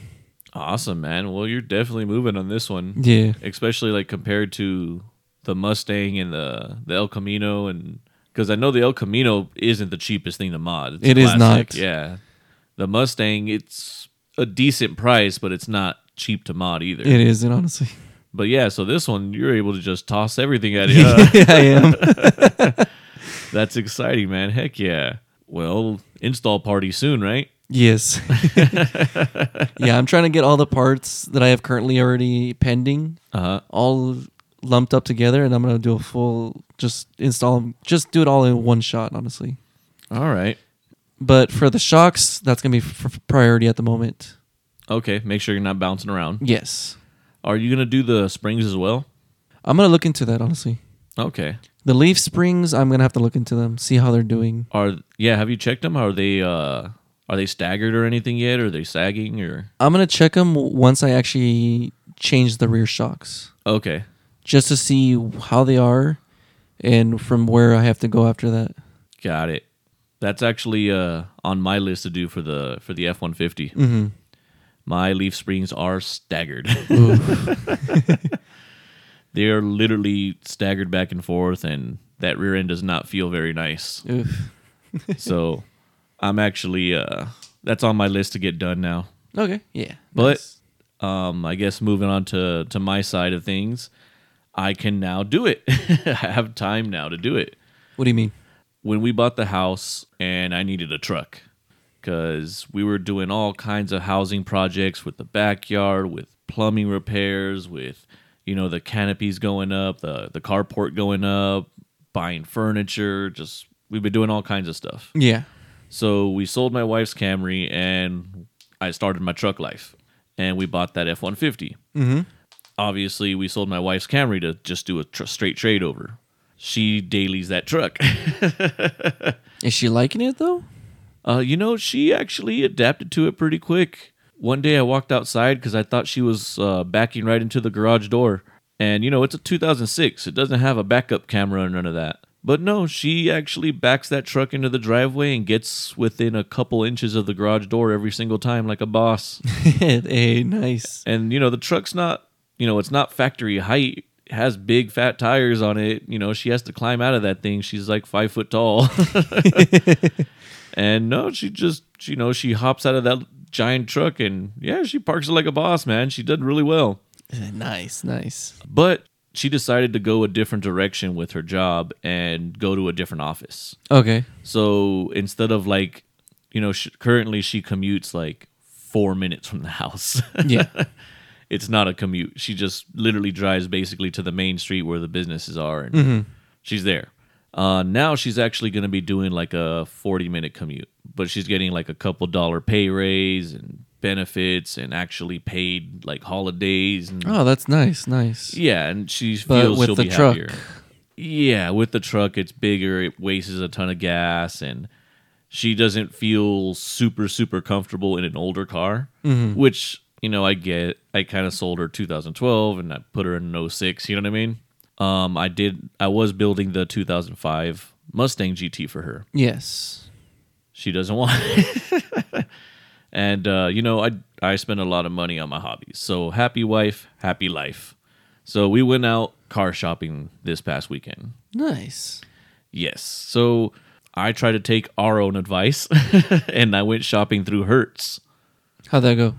awesome, man. Well, you're definitely moving on this one, Yeah. especially like compared to the Mustang and the the El Camino, and because I know the El Camino isn't the cheapest thing to mod. It's It is classic, not. Yeah, the Mustang, it's a decent price, but it's not cheap to mod either. It isn't honestly. But yeah, so this one you're able to just toss everything at it. huh? yeah, I am. That's exciting, man. Heck yeah. Well, install party soon, right? Yes. yeah, I'm trying to get all the parts that I have currently already pending Uh-huh. all lumped up together, and I'm gonna do a full just install them. Just do it all in one shot, honestly. All right. But for the shocks, that's gonna be f- f- priority at the moment. Okay, make sure you're not bouncing around. Yes, Are you gonna do the springs as well? I'm gonna look into that honestly. Okay. The leaf springs, I'm gonna have to look into them, see how they're doing. Are yeah? Have you checked them? Are they uh are they staggered or anything yet? Are they sagging or I'm gonna check them once I actually change the rear shocks, okay? just to see how they are, and from where I have to go after that. Got it. That's actually uh on my list to do for the for the F one fifty. My leaf springs are staggered. they are literally staggered back and forth, and that rear end does not feel very nice. Oof. so, I'm actually uh that's on my list to get done now. Okay, yeah, But nice. um, I guess moving on to to my side of things, I can now do it. I have time now to do it. what do you mean? When we bought the house, and I needed a truck because we were doing all kinds of housing projects with the backyard, with plumbing repairs, with you know the canopies going up, the the carport going up, buying furniture. Just we've been doing all kinds of stuff. Yeah, So we sold my wife's Camry and I started my truck life. And we bought that F 150. Mm-hmm. Obviously, we sold my wife's Camry to just do a tr- straight trade over. She dailies that truck. is she liking it though? Uh, you know, she actually adapted to it pretty quick. One day I walked outside because I thought she was uh, backing right into the garage door. And, you know, it's a 2006. It doesn't have a backup camera or none of that. But no, she actually backs that truck into the driveway and gets within a couple inches of the garage door every single time, like a boss. hey, nice. and, you know, the truck's not, you know, it's not factory height. It has big fat tires on it. You know, she has to climb out of that thing. She's like five foot tall. And no, she just you know she hops out of that giant truck and yeah, she parks it like a boss, man. She did really well. nice, nice. But she decided to go a different direction with her job and go to a different office. Okay, So instead of like, you know, sh- currently she commutes like four minutes from the house. yeah, it's not a commute. She just literally drives basically to the main street where the businesses are, and she's there. Uh, now she's actually going to be doing like a 40 minute commute, but she's getting like a couple dollar pay raise and benefits and actually paid like holidays and Oh, that's nice, nice. yeah, and she But feels with she'll the be truck. happier. Yeah, with the truck, it's bigger. It wastes a ton of gas, and she doesn't feel super super comfortable in an older car. Mm-hmm. Which you know, I get. I kind of sold her 2012, and I put her in an 06. You know what I mean? Um, I did. I was building the 2005 Mustang GT for her. Yes. She doesn't want. it. and uh, you know, I I spend a lot of money on my hobbies. So happy wife, happy life. So we went out car shopping this past weekend. Nice. Yes. So I try to take our own advice, and I went shopping through Hertz. How'd that go?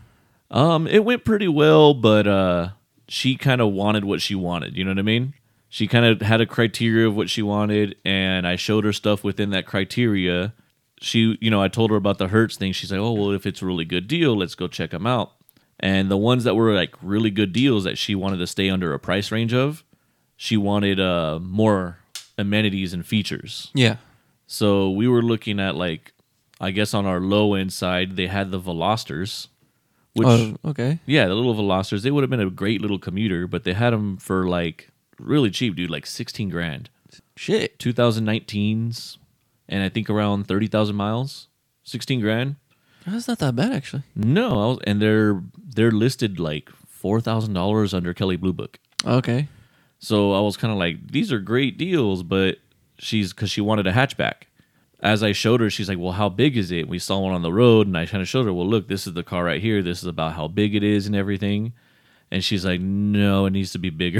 Um, it went pretty well, but uh, she kind of wanted what she wanted. You know what I mean? She kind of had a criteria of what she wanted, and I showed her stuff within that criteria. She, you know, I told her about the Hertz thing. She's like, "Oh, well, if it's a really good deal, let's go check them out." And the ones that were like really good deals that she wanted to stay under a price range of, she wanted uh more amenities and features. Yeah. So we were looking at like, I guess on our low end side, they had the Velosters, which oh, okay. yeah, the little Velocers. They would have been a great little commuter, but they had them for like really cheap, dude, like 16 grand. Shit. 2019s, and I think around 30,000 miles. 16 grand? That's not that bad actually. No, I was, and they're they're listed like $4,000 under Kelly Blue Book. Okay. So I was kind of like, these are great deals, but she's because she wanted a hatchback. As I showed her, she's like, well, how big is it? We saw one on the road, and I kind of showed her, well, look, this is the car right here. This is about how big it is and everything. And she's like, no, it needs to be bigger.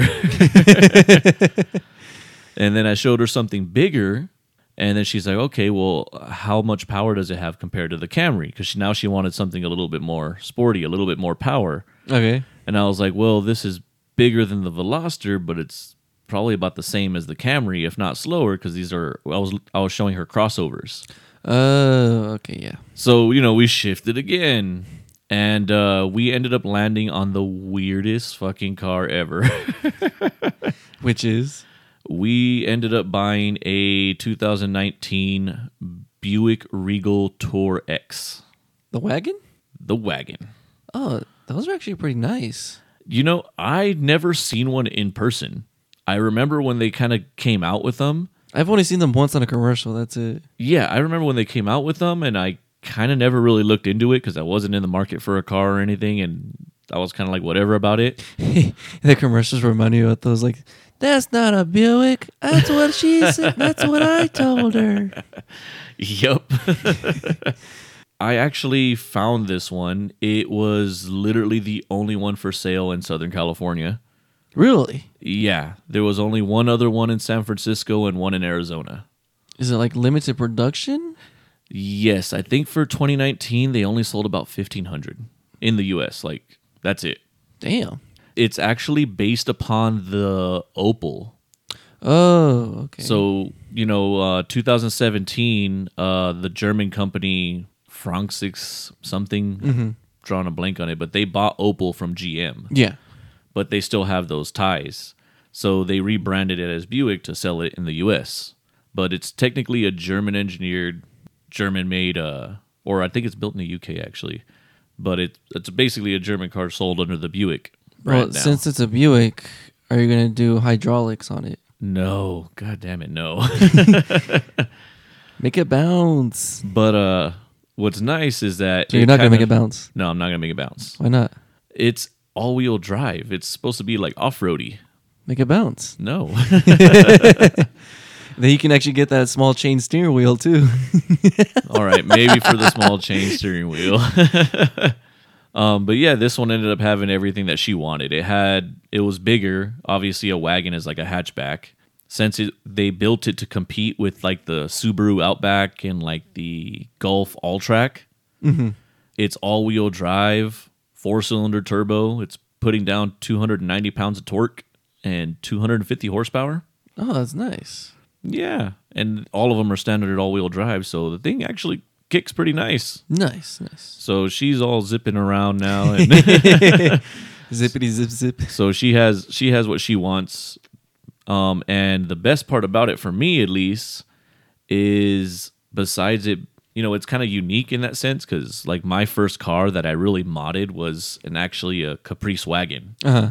and then I showed her something bigger. And then she's like, okay, well, how much power does it have compared to the Camry? Because now she wanted something a little bit more sporty, a little bit more power. Okay. And I was like, well, this is bigger than the Veloster, but it's probably about the same as the Camry, if not slower, because these are. I was I was showing her crossovers. Uh okay, yeah. So you know, we shifted again, and uh, we ended up landing on the weirdest fucking car ever. Which is we ended up buying a 2019 Buick Regal Tour X, the wagon? the wagon. Oh, those are actually pretty nice. You know, I never seen one in person. I remember when they kind of came out with them. I've only seen them once on a commercial, that's it. yeah, I remember when they came out with them, and I kind of never really looked into it because I wasn't in the market for a car or anything, and I was kind of like whatever about it. the commercials remind you of those like that's not a Buick. That's what she said. That's what I told her. Yep. I actually found this one. It was literally the only one for sale in Southern California. Really? Yeah, there was only one other one in San Francisco and one in Arizona. Is it like limited production? Yes, I think for 2019 they only sold about 1500 in the US. Like that's it. Damn. It's actually based upon the Opal Oh, okay. So you know, uh, 2017, uh, the German company Franksix something, Mm-hmm. drawing a blank on it, but they bought Opel from GM, yeah. but they still have those ties. So they rebranded it as Buick to sell it in the U.S. But it's technically a German engineered, German made, uh, or I think it's built in the U.K. actually. But it, it's basically a German car sold under the Buick. Well, brand now. since it's a Buick, are you gonna do hydraulics on it? no, god damn it, no. Make it bounce. But uh, what's nice is that So you're not gonna make kind it bounce. of- No, I'm not gonna make it bounce. Why not? It's all-wheel drive. It's supposed to be like off-roady. Make it bounce. No, Then you can actually get that small chain steering wheel too. all right, maybe for the small chain steering wheel. um, but yeah, this one ended up having everything that she wanted. It had it was bigger. Obviously, a wagon is like a hatchback. Since it, they built it to compete with like the Subaru Outback and like the Golf All Track. It's all wheel drive, four cylinder turbo. It's putting down 290 pounds of torque and 250 horsepower. oh, that's nice. Yeah. And all of them are standard all wheel drive. So the thing actually kicks pretty nice. Nice, nice. So she's all zipping around now. And Zippity zip zip. So she has she has what she wants. Um, and the best part about it for me at least is besides it, you know, it's kind of unique in that sense because like my first car that I really modded was an actually a Caprice wagon, Uh huh.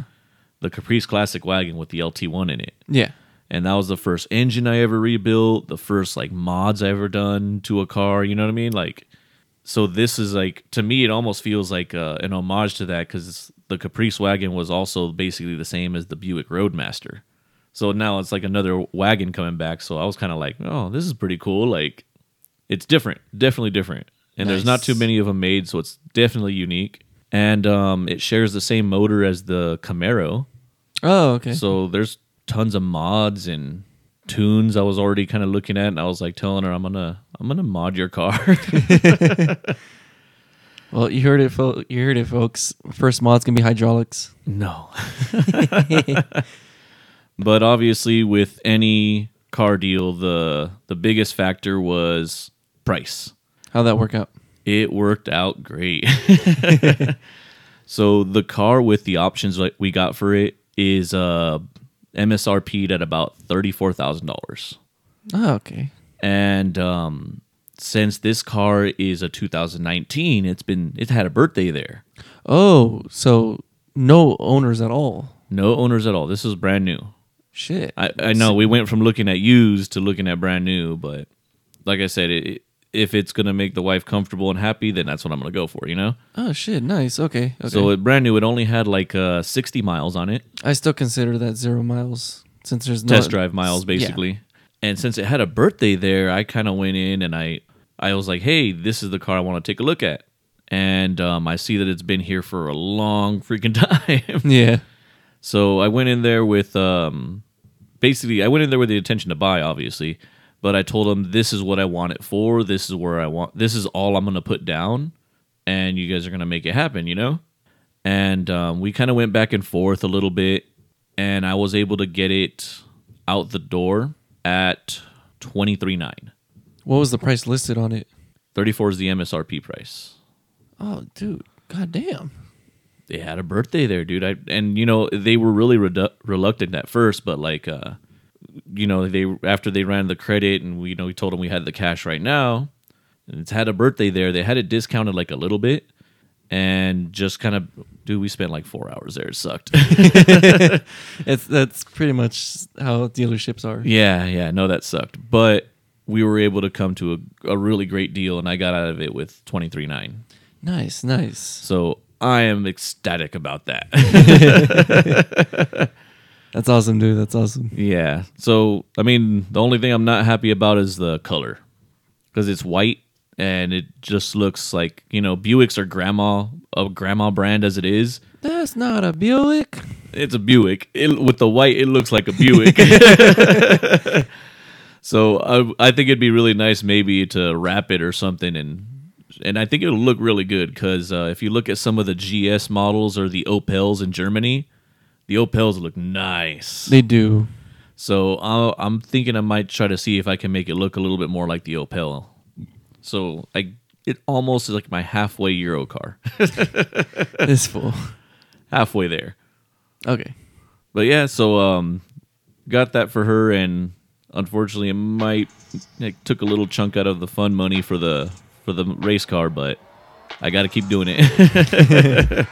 the Caprice Classic wagon with the LT1 in it. Yeah. And that was the first engine I ever rebuilt, the first like mods I ever done to a car, you know what I mean? Like so this is like to me it almost feels like uh, an homage to that cuz the Caprice wagon was also basically the same as the Buick Roadmaster. So now it's like another wagon coming back, so I was kind of like, "Oh, this is pretty cool." Like it's different, definitely different. And there's not too Nice. many of them made, so it's definitely unique. And um, it shares the same motor as the Camaro, Oh, okay. so there's tons of mods and tunes I was already kind of looking at, and I was like telling her I'm gonna I'm gonna mod your car. well, you heard it, fol- you heard it, folks. First mod's gonna be hydraulics. no, but obviously with any car deal, the the biggest factor was price. How'd that work out? It worked out great. so the car with the options like we got for it is uh MSRP'd at about thirty four thousand dollars. Oh, okay. and um, since this car is a 2019, it's been it had a birthday there. Oh, so no owners at all. No owners at all. This is brand new. Shit. I, I know we went from looking at used to looking at brand new, but like I said, it, if it's gonna make the wife comfortable and happy, then that's what I'm gonna go for. You know. oh shit. Nice. Okay. okay. So it brand new. It only had like uh, 60 miles on it. I still consider that zero miles since there's no test drive miles Yeah. basically. And since it had a birthday there, I kind of went in and I I was like, "Hey, this is the car I want to take a look at." And um, I see that it's been here for a long freaking time. Yeah. so I went in there with um, basically I went in there with the intention to buy, obviously. But I told them this is what I want it for. This is where I want. This is all I'm gonna put down, and you guys are gonna make it happen. You know. And um, we kind of went back and forth a little bit, and I was able to get it out the door at twenty three nine. What was the price listed on it? Thirty four is the MSRP price. Oh, dude. God damn. they had a birthday there, dude. I and you know they were really redu- reluctant at first, but like, uh, you know, they after they ran the credit and we you know we told them we had the cash right now, and it's had a birthday there. They had it discounted like a little bit, and just kind of, dude, we spent like four hours there. It sucked. It's that's pretty much how dealerships are. yeah, yeah, no, that sucked. But we were able to come to a, a really great deal, and I got out of it with twenty three nine. Nice, nice. So I am ecstatic about that. That's awesome, dude. That's awesome. Yeah. So I mean, the only thing I'm not happy about is the color, because it's white and it just looks like you know Buicks are grandma a grandma brand as it is. That's not a Buick. It's a Buick. It, with the white, it looks like a Buick. so I I think it'd be really nice maybe to wrap it or something and. And I think it'll look really good because uh, if you look at some of the GS models or the Opels in Germany, the Opels look nice. They do. So I'll, I'm thinking I might try to see if I can make it look a little bit more like the Opel. So I, it almost is like my halfway Euro car, This fool. halfway there. Okay. But yeah, so um, got that for her, and unfortunately, it might it took a little chunk out of the fun money for the for the race car, but I got to keep doing it.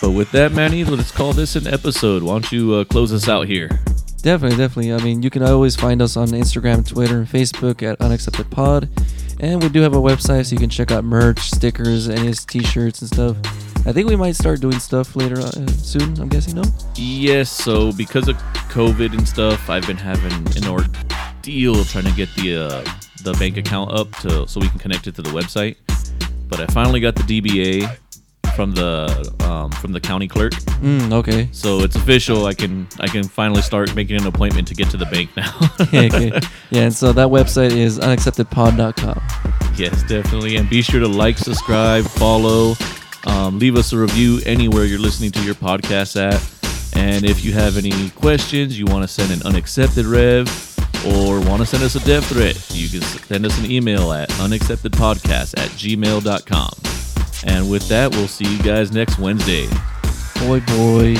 but with that, Manny, let's call this an episode. Why don't you uh, close us out here? Definitely, definitely. I mean, you can always find us on Instagram, Twitter, and Facebook at Unaccepted Pod. And we do have a website so you can check out merch, stickers, any t shirts and stuff. I think we might start doing stuff later on, uh, soon, I'm guessing, no? Yes, so because of COVID and stuff, I've been having an ordeal trying to get the uh, the bank account up to so we can connect it to the website. But I finally got the DBA from the um, from the county clerk, Mm, okay. so it's official. I can I can finally start making an appointment to get to the bank now. okay. okay. Yeah, and so that website is unacceptedpod.com. yes, definitely. And be sure to like, subscribe, follow, um, leave us a review anywhere you're listening to your podcast at. And if you have any questions, you want to send an unaccepted rev or want to send us a death threat, you can send us an email at unacceptedpodcast at gmail.com. And with that, we'll see you guys next Wednesday. boy, boy.